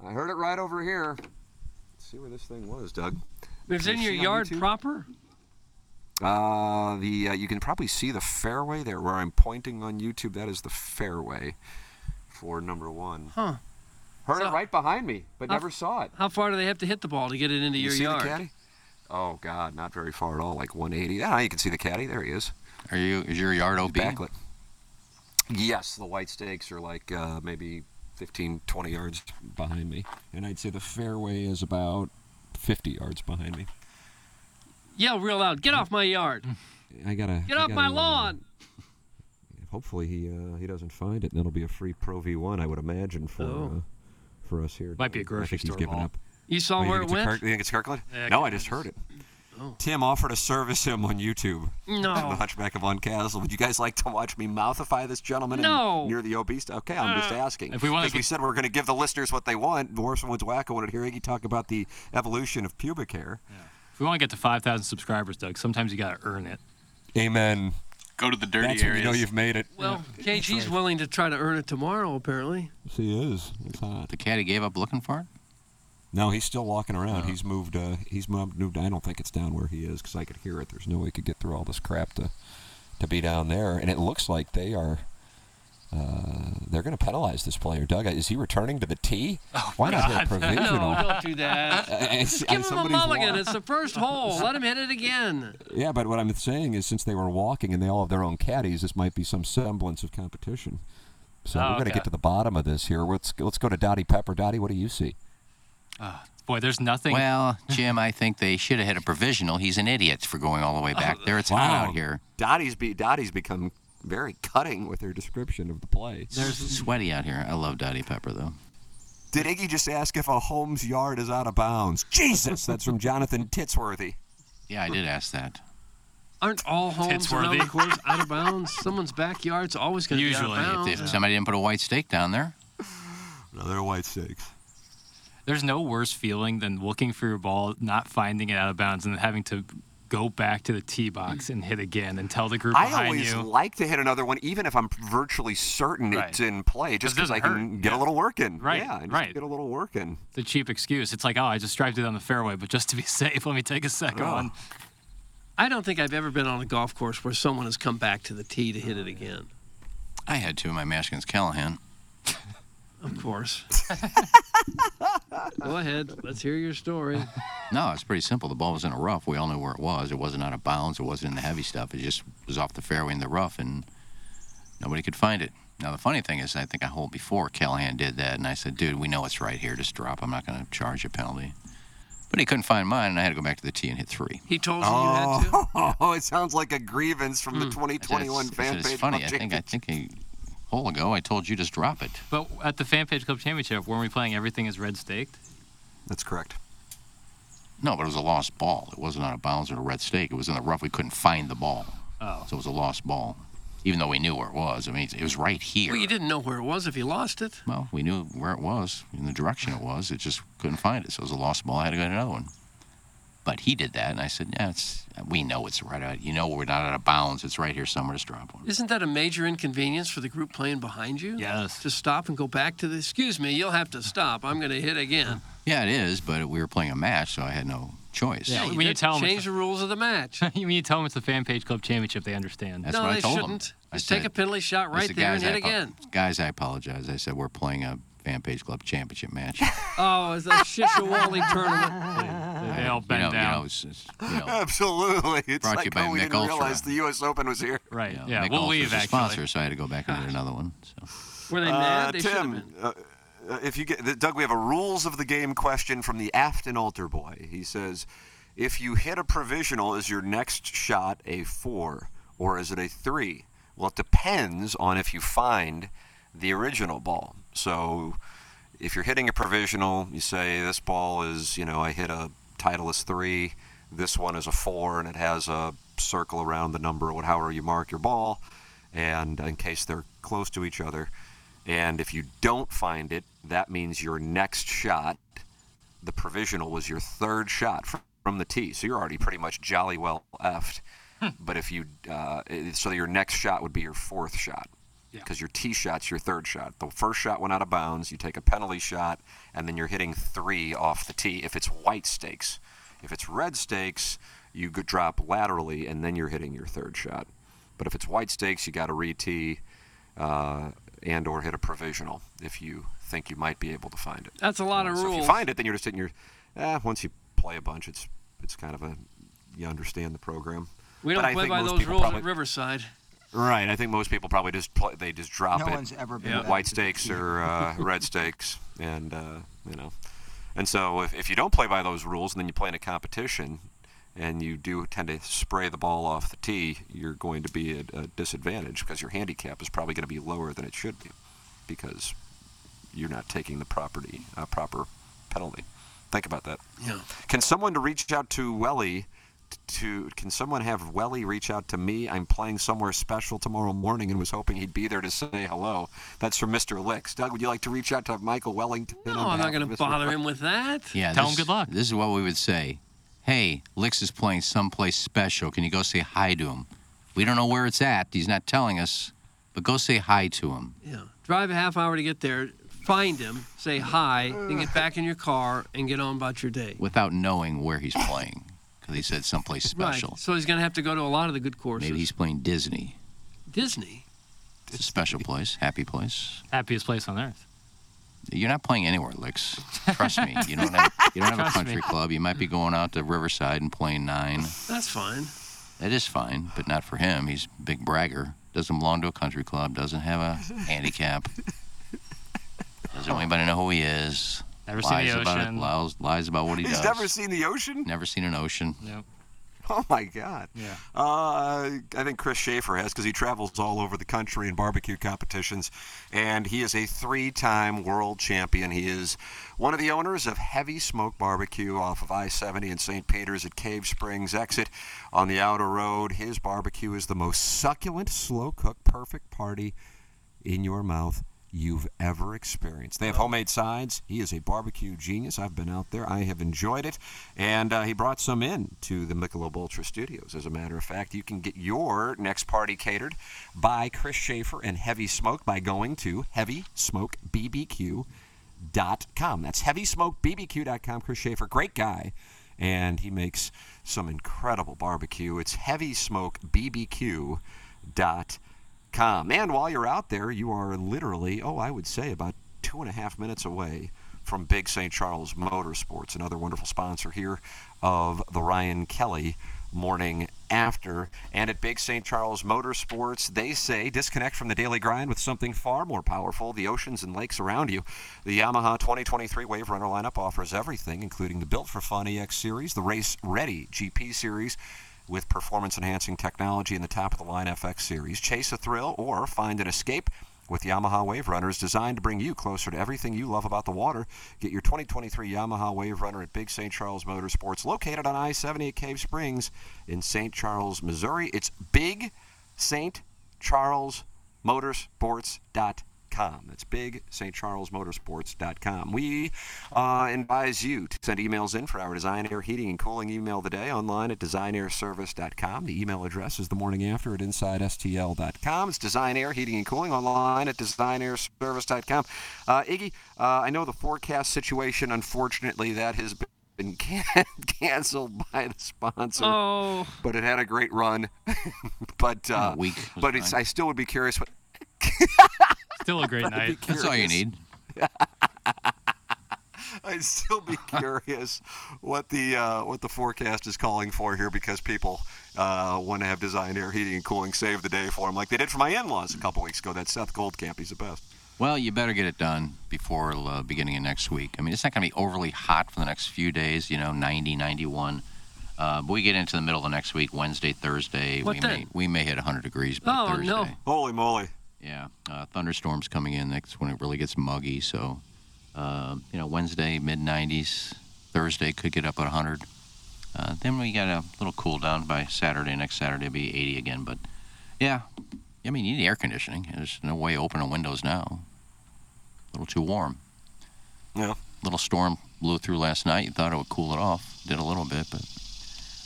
I heard it right over here. Let's see where this thing was, Doug.
It was
Can
in
you
your
see on
yard
YouTube?
proper?
Uh, the uh, you can probably see the fairway there where I'm pointing on YouTube. That is the fairway for number one.
Huh. Uh,
Heard it right behind me, but
How-
never saw it.
How far do they have to hit the ball to get it into
You
your
see the
yard?
caddy? Oh God, not very far at all. Like 180. Ah, you can see the caddy. There he is.
Are you? Is your yard OB?
Backlit. Yes, the white stakes are like uh, maybe 15, 20 yards behind me, and I'd say the fairway is about 50 yards behind me.
Yell real loud. Get off my yard.
I gotta
Get
Mm-hmm. I
off my
gotta, uh,
lawn.
Hopefully he uh, he doesn't find it, and it'll be a free Pro V1, I would imagine, for
Oh.
uh, for us here.
Might be a
I think
grocery
he's
store
given
mall.
up.
You saw
Oh,
where
think
it
it's a
went?
Kirk- you think it's Kirkland?
Yeah,
no, I
Kirkland
just heard it.
Oh.
Tim offered to service him on YouTube.
No.
the Hunchback of Von Castle. Would you guys like to watch me mouthify this gentleman? and
No.
near the obese. Okay, I'm just
Uh,
asking.
If we wanna
'Cause we
get-
said we are going to give the listeners what they want. Morrison Woods Wacko wanted to hear Iggy talk about the evolution of pubic hair.
If we want to get to 5,000 subscribers, Doug, sometimes you got to earn it.
Amen.
Go to the dirty
That's when you know
areas.
you've made it.
Well, KG's willing to try to earn it tomorrow, apparently.
He is. He's hot.
The cat he gave up looking for it?
No, he's still walking around. He's moved. Uh, he's moved, moved. I don't think it's down where he is because I could hear it. There's no way he could get through all this crap to, to be down there. And it looks like they are. Uh, they're going to penalize this player, Doug. Is he returning to the tee? Why not hit a provisional?
Oh, No, don't do that. Oh,
Uh, it's-
Just
uh,
give him a
somebody's
mulligan.
wa-
It's the first hole. Let him hit it again.
Yeah, but what I'm saying is, since they were walking and they all have their own caddies, this might be some semblance of competition. So
Oh,
we're going to
okay.
get to the bottom of this here. Let's let's go to Dottie Pepper. Dottie, what do you see?
Boy, there's nothing.
Well, Jim, I think they should have hit a provisional. He's an idiot for going all the way back there. It's hot
Wow.
out here.
Dottie's be Dottie's become very cutting with her description of the play.
There's sweaty out here. I love Dottie Pepper though.
Did Iggy just ask if a Holmes yard is out of bounds? Jesus, that's from Jonathan Titsworthy.
Yeah, I did ask that.
Aren't all homes around
worthy.
the course out of bounds? Someone's backyard's always going to be out of bounds.
if, if somebody didn't put a white steak down there.
Another white steak.
There's no worse feeling than looking for your ball, not finding it out of bounds, and then having to go back to the tee box and hit again and tell the group
I
behind
always
you.
like to hit another one, even if I'm virtually certain it's in play, just because I can get a little work in.
Right,
Yeah, I just
right.
get a little work in.
the cheap excuse. It's like, oh, I just drived it down the fairway, but just to be safe, let me take a second
Oh.
one.
I don't think I've ever been on a golf course where someone has come back to the tee to hit it again.
I had two of my match against Callahan.
Of course. Go ahead. Let's hear your story.
No, it's pretty simple. The ball was in a rough. We all knew where it was. It wasn't out of bounds. It wasn't in the heavy stuff. It just was off the fairway in the rough, and nobody could find it. Now, the funny thing is, I think I hole before Callahan did that, and I said, dude, we know it's right here. Just drop. I'm not going to charge you a penalty. But he couldn't find mine, and I had to go back to the tee and hit three.
He told
Oh, it sounds like a grievance from
Hmm.
the 2021
It's-
fan
it's
page.
funny. I think, I think a hole ago, I told you just drop it.
But at the Fan Page Club Championship, weren't we playing Everything is Red Staked?
That's correct.
No, but it was a lost ball. It wasn't out of bounds or a red stake. It was in the rough. We couldn't find the ball.
Oh.
So it was a lost ball, even though we knew where it was. I mean, it was right here.
Well, you didn't know where it was if you lost it.
Well, we knew where it was, in the direction it was. It just couldn't find it. So it was a lost ball. I had to go get another one. But he did that, and I said, "Yeah, it's we know it's right out. You know we're not out of bounds. It's right here somewhere. Just drop one."
Isn't that a major inconvenience for the group playing behind you?
Yes.
To stop and go back to the, excuse me, you'll have to stop. I'm going to hit again.
Yeah, it is. But we were playing a match, so I had no choice.
Yeah,
you
when you
did
tell 'em it's
change the rules of the match.
when you tell them it's the Fan Page Club Championship, they understand.
That's
no,
what I
they
told 'em.
shouldn't.
I
Just take
said-
a penalty shot
I
right
said,
there and
"Guys,
hit
I apo-
again.
Guys, I apologize. I said we're playing a Fan Page Club championship match.
Oh, it's a Shishawali tournament.
They all bend
you know,
down.
You know, it's, it's, you
Oh.
know,
Absolutely. It's
Brought
like,
you by
oh, we
Mick
didn't
Ultra.
realize the U.S. Open was here.
Right.
you know,
yeah,
Mick
we'll
Ulf was
leave,
the
actually.
Sponsor, so I had to go back and get another one. So.
Were they
Uh,
mad? They should have been.
Tim, uh, uh, if you get Doug, we have a rules of the game question from the Afton Altar Boy. He says, "If you hit a provisional, is your next shot a four or is it a three? Well, it depends on if you find the original ball. So, if you're hitting a provisional, you say this ball is, you know, I hit a Titleist three. This one is a four, and it has a circle around the number, or however you mark your ball, and in case they're close to each other." And if you don't find it, that means your next shot, the provisional, was your third shot fr- from the tee. So you're already pretty much jolly well effed. but if you, uh, it- so your next shot would be your fourth shot. Because your tee shot's your third shot. The first shot went out of bounds. You take a penalty shot, and then you're hitting three off the tee if it's white stakes. If it's red stakes, you could drop laterally, and then you're hitting your third shot. But if it's white stakes, you got to re tee uh, and or hit a provisional if you think you might be able to find it.
That's a lot of
So if you
rules.
find it, then you're just hitting your. Eh, once you play a bunch, it's it's kind of a you understand the program.
We
But
don't
I
play
think
by
most
those
people
rules
probably-
at Riverside.
Right, I think most people probably just play, they just drop
No
it.
one's ever been Yeah. back
white
to the
stakes
tee.
or uh, red stakes, and uh, you know, and so if, if you don't play by those rules and then you play in a competition, and you do tend to spray the ball off the tee, you're going to be at a disadvantage because your handicap is probably going to be lower than it should be because you're not taking the property uh, proper penalty. Think about that.
Yeah.
Can someone to reach out to Welly? t- To can someone have Welly reach out to me? I'm playing somewhere special tomorrow morning and was hoping he'd be there to say hello. That's from Mr. Licks. Doug, would you like to reach out to Michael Wellington?
No, I'm not going to bother him with that.
Yeah. this- This is what we would say. Hey, Lix is playing someplace special. Can you go say hi to him? We don't know where it's at. He's not telling us, but go say hi to him.
Yeah. Drive a half hour to get there, find him, say hi, then get back in your car and get on about your day.
without knowing where he's playing because he said someplace special.
Right. So he's going to have to go to a lot of the good courses.
Maybe he's playing Disney.
Disney.
It's a special place, happy place.
Happiest place on earth.
You're not playing anywhere, Licks. Trust me. You don't have, you don't have a
Trust me.
country club. You might be going out to Riverside and playing nine.
That's fine.
That is fine, but not for him. He's a big bragger. Doesn't belong to a country club. Doesn't have a handicap. Doesn't want anybody to know who he is.
Never seen
lies
the
about
ocean.
It, lies, lies about what he
He's
does.
never seen the ocean.
Never seen an ocean.
Oh my God.
Yeah.
Uh, I think Chris Schaefer has because he travels all over the country in barbecue competitions, and he is a three-time world champion. He is one of the owners of Heavy Smoke Barbecue off of I-70 in St. Peter's at Cave Springs exit on the outer road. His barbecue is the most succulent, slow-cook, perfect party in your mouth you've ever experienced. They have homemade sides. He is a barbecue genius. I've been out there. I have enjoyed it. And uh, he brought some in to the Michelob Ultra Studios. As a matter of fact, you can get your next party catered by Chris Schaefer and Heavy Smoke by going to heavysmokebbq.com. That's heavysmokebbq.com. Chris Schaefer, great guy. And he makes some incredible barbecue. It's heavysmokebbq.com com. And while you're out there, you are literally, oh, I would say about two and a half minutes away from Big St. Charles Motorsports, another wonderful sponsor here of the Ryan Kelly morning after. And at Big St. Charles Motorsports, they say disconnect from the daily grind with something far more powerful the oceans and lakes around you. The Yamaha 2023 Wave Runner lineup offers everything, including the Built for Fun EX Series, the Race Ready GP Series with performance enhancing technology in the top of the line FX series. Chase a thrill or find an escape with Yamaha Wave Runners designed to bring you closer to everything you love about the water. Get your 2023 Yamaha Wave Runner at Big St. Charles Motorsports, located on I 70 at Cave Springs in St. Charles, Missouri. It's Big St. Charles motorsports.com. That's big St. Charles motorsports.com. We uh, advise you to send emails in for our Design Air Heating and Cooling email today online at designairservice.com. The email address is the morning after at insidestl.com. It's Design Air Heating and Cooling online at designairservice.com. Uh, Iggy, uh, I know the forecast situation, unfortunately, that has been. can- canceled by the sponsor,
oh.
but it had a great run. but uh,
week was
but it's,
fine.
I still would be curious what
Still a great
I'd be
night.
That's all you
curious.
need.
I'd still be curious what the uh, what the forecast is calling for here because people uh, want to have design air heating and cooling save the day for them like they did for my in-laws a couple weeks ago. That Seth Goldcamp, he's the best.
Well, you better get it done before uh, beginning of next week. I mean, it's not going to be overly hot for the next few days, you know, 90, 91. Uh, but we get into the middle of next week, Wednesday, Thursday.
What
we may
then?
we may hit 100 degrees by
Oh,
Thursday.
no.
Holy moly!
Yeah, uh, thunderstorms coming in. That's when it really gets muggy. So, uh, you know, Wednesday mid 90s, Thursday could get up at 100. Uh, then we got a little cool down by Saturday. Next Saturday will be 80 again. But yeah, I mean, you need air conditioning. There's no way opening windows now. A little too warm.
Yeah.
Little storm blew through last night. You thought it would cool it off. Did a little bit, but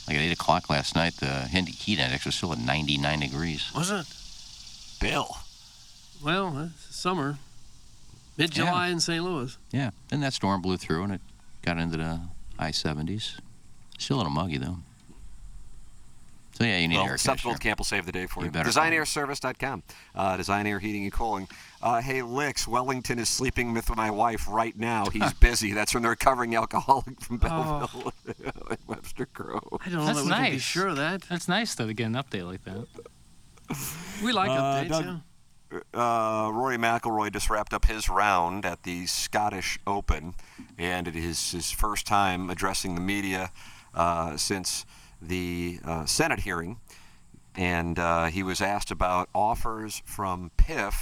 like at 8 o'clock last night, the Hindi heat index was still at 99 degrees.
Was it?
Bill.
Well, it's summer. Mid July in St. Louis.
Yeah, then that storm blew through and it got into the high 70s. Still a little muggy though. So yeah, you need air
Well, Seth
conditioning.
Goldcamp will save the day for
You
you.
better
Designairservice.com. Uh, Design Air Heating and Cooling. Uh, hey, Lix, Wellington is sleeping with my wife right now. He's busy. That's from the recovering alcoholic from
Oh.
Belleville at Webster Grove.
I don't know
That's
that we can be
nice.
sure of that.
That's nice though to get an update like that.
We like
Uh,
updates,
Doug-
yeah.
uh, Rory McIlroy just wrapped up his round at the Scottish Open, and it is his first time addressing the media uh, since the uh, Senate hearing, and uh, he was asked about offers from PIF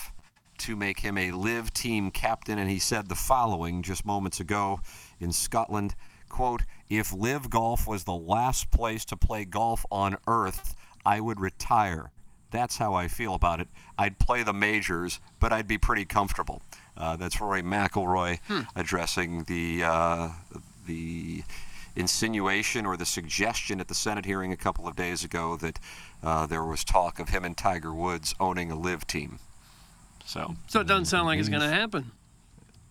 to make him a live team captain, and he said the following just moments ago in Scotland. Quote, if Live Golf was the last place to play golf on earth, I would retire. That's how I feel about it. I'd play the majors, but I'd be pretty comfortable. Uh, that's Rory McIlroy
Hmm.
addressing the uh, the insinuation or the suggestion at the Senate hearing a couple of days ago that uh, there was talk of him and Tiger Woods owning a live team. So,
So it doesn't sound like it's going to happen.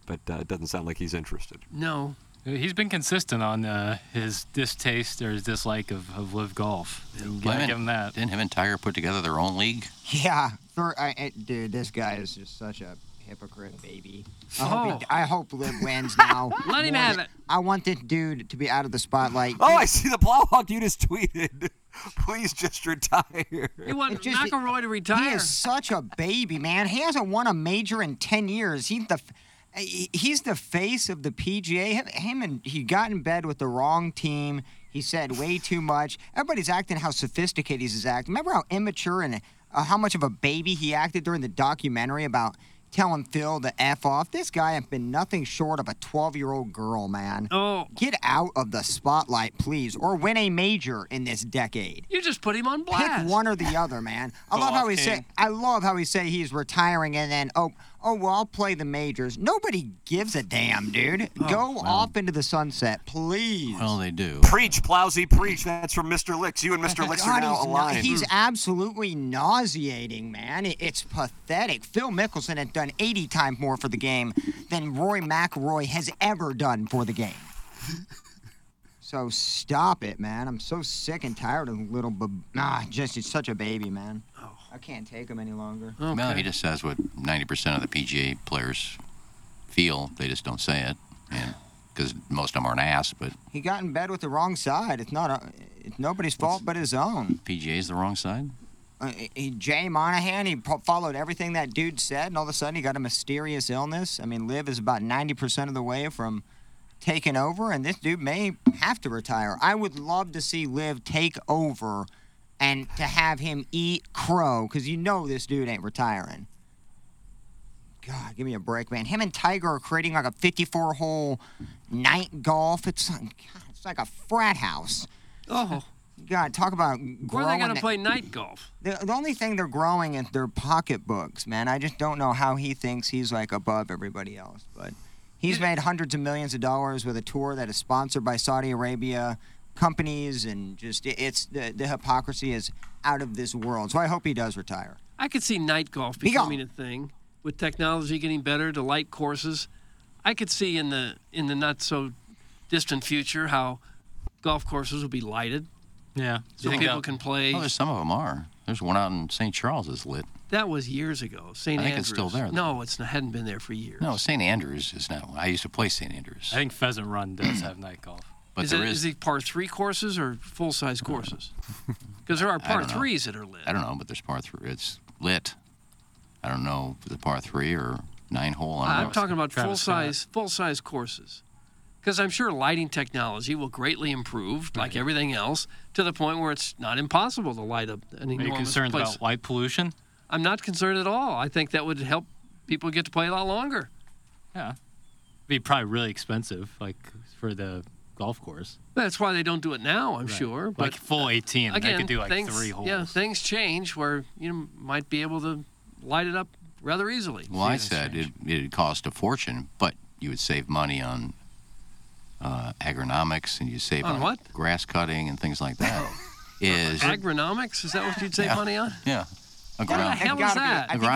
but uh, it doesn't sound like he's interested.
No.
He's been consistent on uh, his distaste or his dislike of, of live golf. You gotta
Lemon-
give him that.
Didn't him and Tiger put together their own league?
Yeah, for, I, I- dude, this guy is just such a hypocrite baby. I hope, he,
Oh.
I hope Liv wins now.
Let him
More
have
than-
it.
I want this dude to be out of the spotlight.
Oh, I see the blowhog you just tweeted. Please just retire.
You want
It's just-
McElroy to
He
retire?
is such a baby, man. He hasn't won a major in ten years. He's the f- he- he's the face of the PGA. Him- Him and he got in bed with the wrong team. He said way too much. Everybody's acting how sophisticated he's acting. Remember how immature and uh, how much of a baby he acted during the documentary about telling Phil to f off. This guy has been nothing short of a 12-year-old girl, man.
Oh.
Get out of the spotlight, please, or win a major in this decade.
You just put him on
Pick
blast.
one or the other, man. I
Go
love how
off
he
king.
say. I love how he say he's retiring, and then oh, oh well, I'll play the majors. Nobody gives a damn, dude. Go off into the sunset, please.
Well, they do.
Preach, Plowsy, preach. That's from Mr. Licks. You and Mr. Licks are
God,
now
he's, na-
aligned. Hmm.
he's absolutely nauseating, man. It- it's pathetic. Phil Mickelson had done 80 times more for the game than Roy McIlroy has ever done for the game. So stop it, man. I'm so sick and tired of little. bab ah, just he's such a baby, man. I can't take him any longer.
Well, he just says what 90% of the PGA players feel. They just don't say it. Because most of them aren't asked, but
He got in bed with the wrong side. It's not a, it's nobody's fault but his own.
PGA's the wrong side?
Uh, he, Jay Monahan, he po- followed everything that dude said, and all of a sudden he got a mysterious illness. I mean, Liv is about 90% of the way from taking over, and this dude may have to retire. I would love to see Liv take over and to have him eat crow, because you know this dude ain't retiring. God, give me a break, man. Him and Tiger are creating like a 54 hole night golf. It's, God, it's like a frat house.
Oh.
God, talk about
Where
growing.
are they going to
that-
play night golf?
the, the only thing they're growing is their pocketbooks, man. I just don't know how he thinks he's like above everybody else, but he's made hundreds of millions of dollars with a tour that is sponsored by Saudi Arabia companies, and just it, it's the, the hypocrisy is out of this world. So I hope he does retire.
I could see night golf
Be gone.
becoming a thing with technology getting better to light courses. I could see in the in the not so distant future how golf courses will be lighted
Yeah.
so people can play.
Well, Oh, there's some of them are. There's one out in St. Charles that's lit.
That was years ago. St.
I think
Andrews.
it's still there, though.
No, it's not, hadn't been there for years.
No, St. Andrews is now. I used to play St. Andrews.
I think Pheasant Run does have night golf.
But
is,
there
it,
is.
is it par three courses or full size courses? Because there are
I
par
don't know.
threes that are lit.
I don't know, but there's par three. It's lit. I don't know if the par three or nine hole. I don't
I'm
know.
talking about full size full size courses. Because I'm sure lighting technology will greatly improve, like everything else, to the point where it's not impossible to light up an
Are
enormous
you concerned
place.
about light pollution?
I'm not concerned at all. I think that would help people get to play a lot longer.
Yeah. Be probably really expensive, like for the golf course.
That's why they don't do it now, I'm
Right.
sure. But
Like full 18.
again,
they could do like
things,
three holes.
Yeah, things change where you know, might be able to light it up rather easily.
Well, I said it, it'd cost a fortune, but you would save money on uh, agronomics and you save
On
on,
what?
grass cutting and things like that. is
agronomics is that what you'd save
Yeah.
money on?
yeah,
What the
agronomy,
hell is
gotta be-
that?
I think it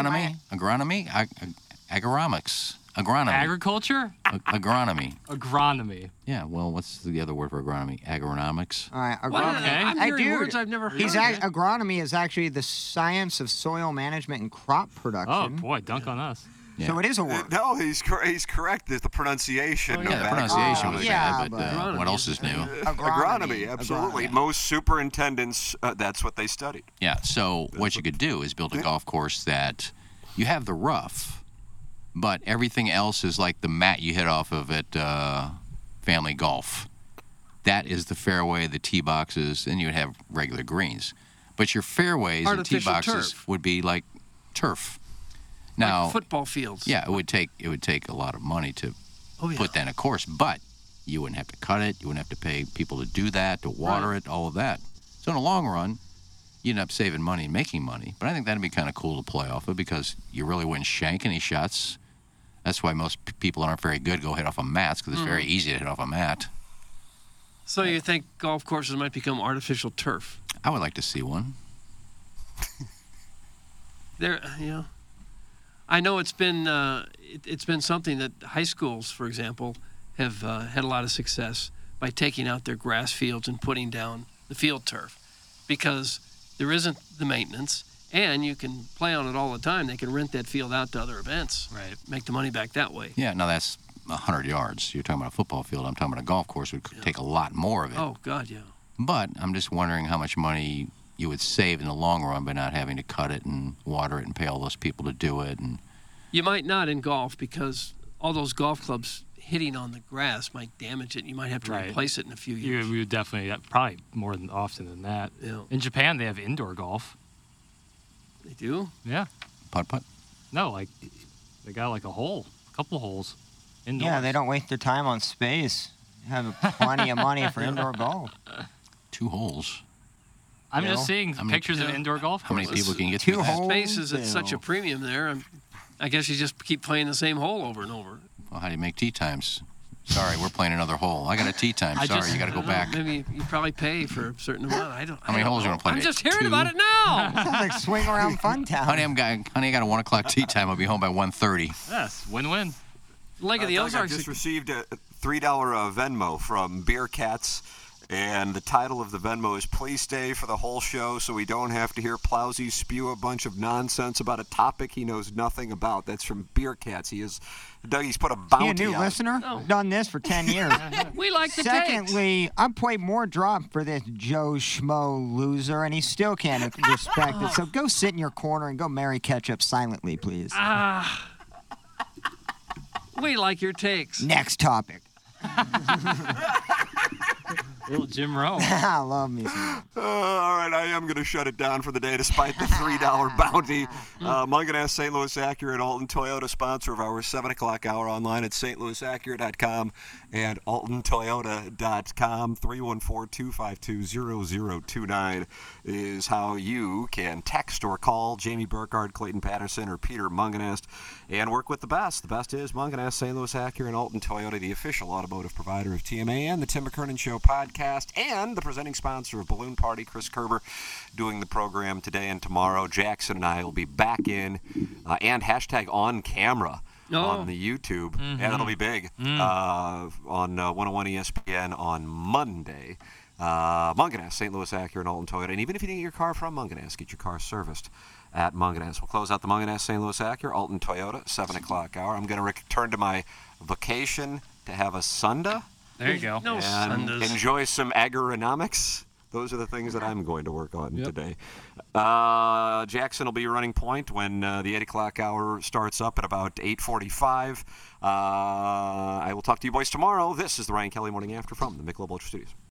agronomy, agronomy, Ag- agronomics, agronomy,
Agriculture?
Ag- agronomy.
Agronomy.
Yeah, well, what's the other word for agronomy? Agronomics.
All right, agronomy.
What? I'm
Hey,
hearing
dude,
words I've never heard.
He's
man.
ac- agronomy is actually the science of soil management and crop production.
Oh, boy, dunk on us.
So it is a word.
No, he's cor- he's correct. There's the pronunciation.
Oh, yeah,
no
the
back-
pronunciation was
yeah,
bad, but,
but-
uh, what else is new?
Agronomy, absolutely. Most superintendents, uh, that's what they studied.
Yeah. So what you could do is build a golf course that you have the rough, but everything else is like the mat you hit off of at uh, Family Golf, that is the fairway, the tee boxes, and you'd have regular greens. But your fairways and tee
Artificial
boxes
turf.
would be like turf. Now,
football fields.
yeah, it would take it would take a lot of money to
Oh, yeah.
put that in a course, but you wouldn't have to cut it, you wouldn't have to pay people to do that, to water it, all of that. So in the long run, you end up saving money and making money. But I think that'd be kind of cool to play off of because you really wouldn't shank any shots. That's why most p- people aren't very good go hit off a mat because it's very
Mhm.
easy to hit off a mat.
So you think golf courses might become artificial turf?
I would like to see one.
There, you know, I know it's been uh, it, it's been something that high schools, for example, have uh, had a lot of success by taking out their grass fields and putting down the field turf because there isn't the maintenance and you can play on it all the time. They can rent that field out to other events, right? Make the money back that way.
Yeah, now that's 100 yards. You're talking about a football field. I'm talking about a golf course. would take a lot more of it.
Oh God, yeah.
But I'm just wondering how much money you would save in the long run by not having to cut it and water it and pay all those people to do it. And
You might not in golf because all those golf clubs hitting on the grass might damage it. You might have to
Right.
replace it in a few years.
You, you would definitely, uh, probably more than often than that.
Yeah.
In Japan, they have indoor golf.
They do?
Yeah.
putt putt.
No, like they got like a hole, a couple holes. Indoors.
Yeah, they don't waste their time on space. They have plenty of money for indoor golf.
Two holes.
I'm
You
just
know?
seeing
I
pactures
mean,
pictures of
yeah.
indoor golf
How many
courses.
people can get Two through that? holes
Space is at
now.
such a premium there. i I guess you just keep playing the same hole over and over.
Well, how do you make tee times? Sorry, we're playing another hole. I got a tee time.
I
Sorry,
just-
you got to
I
go
don't
back.
know, maybe you probably pay for a certain amount. I don't.
How many holes you want to play?
I'm
today?
just hearing
Two?
about it now.
like swing around fun town.
Honey, I'm got, honey, I got a one o'clock tee time. I'll be home by 1.30.
Yes, win-win.
Leg
of the
Doug,
Ozarks-
I just received a three dollar uh, Venmo from Beer Cats, and the title of the Venmo is "Please stay for the whole show, so we don't have to hear Plowsy spew a bunch of nonsense about a topic he knows nothing about." That's from Beer Cats. He is Doug. He's put a bounty.
You a new
out.
listener?
Oh.
Done this for 10 years.
we like the takes.
Secondly, I played more drop for this Joe Schmo loser, and he still can't respect it. So go sit in your corner and go marry ketchup silently, please.
Ah, we like your takes.
Next topic.
Little Jim Rowe.
I love me. some-
Uh, all right, I am going to shut it down for the day despite the $3 bounty. Uh, Munganass St. Louis Accurate, Alton Toyota, sponsor of our 7 o'clock hour online at stlouisaccurate.com and altontoyota.com. 314-252-0029 is how you can text or call Jamie Burkhardt, Clayton Patterson, or Peter Munganast and work with the best. The best is Munganast St. Louis Acura and Alton Toyota, the official automotive provider of TMA and the Tim McKernan Show podcast, and the presenting sponsor of Balloon Party, Chris Kerber, doing the program today and tomorrow. Jackson and I will be back in uh, and hashtag on camera. On the YouTube, and it'll be big uh, on uh, 101 ESPN on Monday. Uh, Munganess, St. Louis Acura and Alton Toyota. And even if you didn't get your car from Munganess, get your car serviced at Munganess. We'll close out the Munganess, St. Louis Acura, Alton Toyota, 7 o'clock hour. I'm going to return to my vacation to have a Sunda.
There you go. No
and
sundas.
Enjoy some agronomics. Those are the things that I'm going to work on today. Uh, Jackson will be running point when uh, the 8 o'clock hour starts up at about 8.45. Uh, I will talk to you boys tomorrow. This is the Ryan Kelly Morning After from the Michelob Ultra Studios.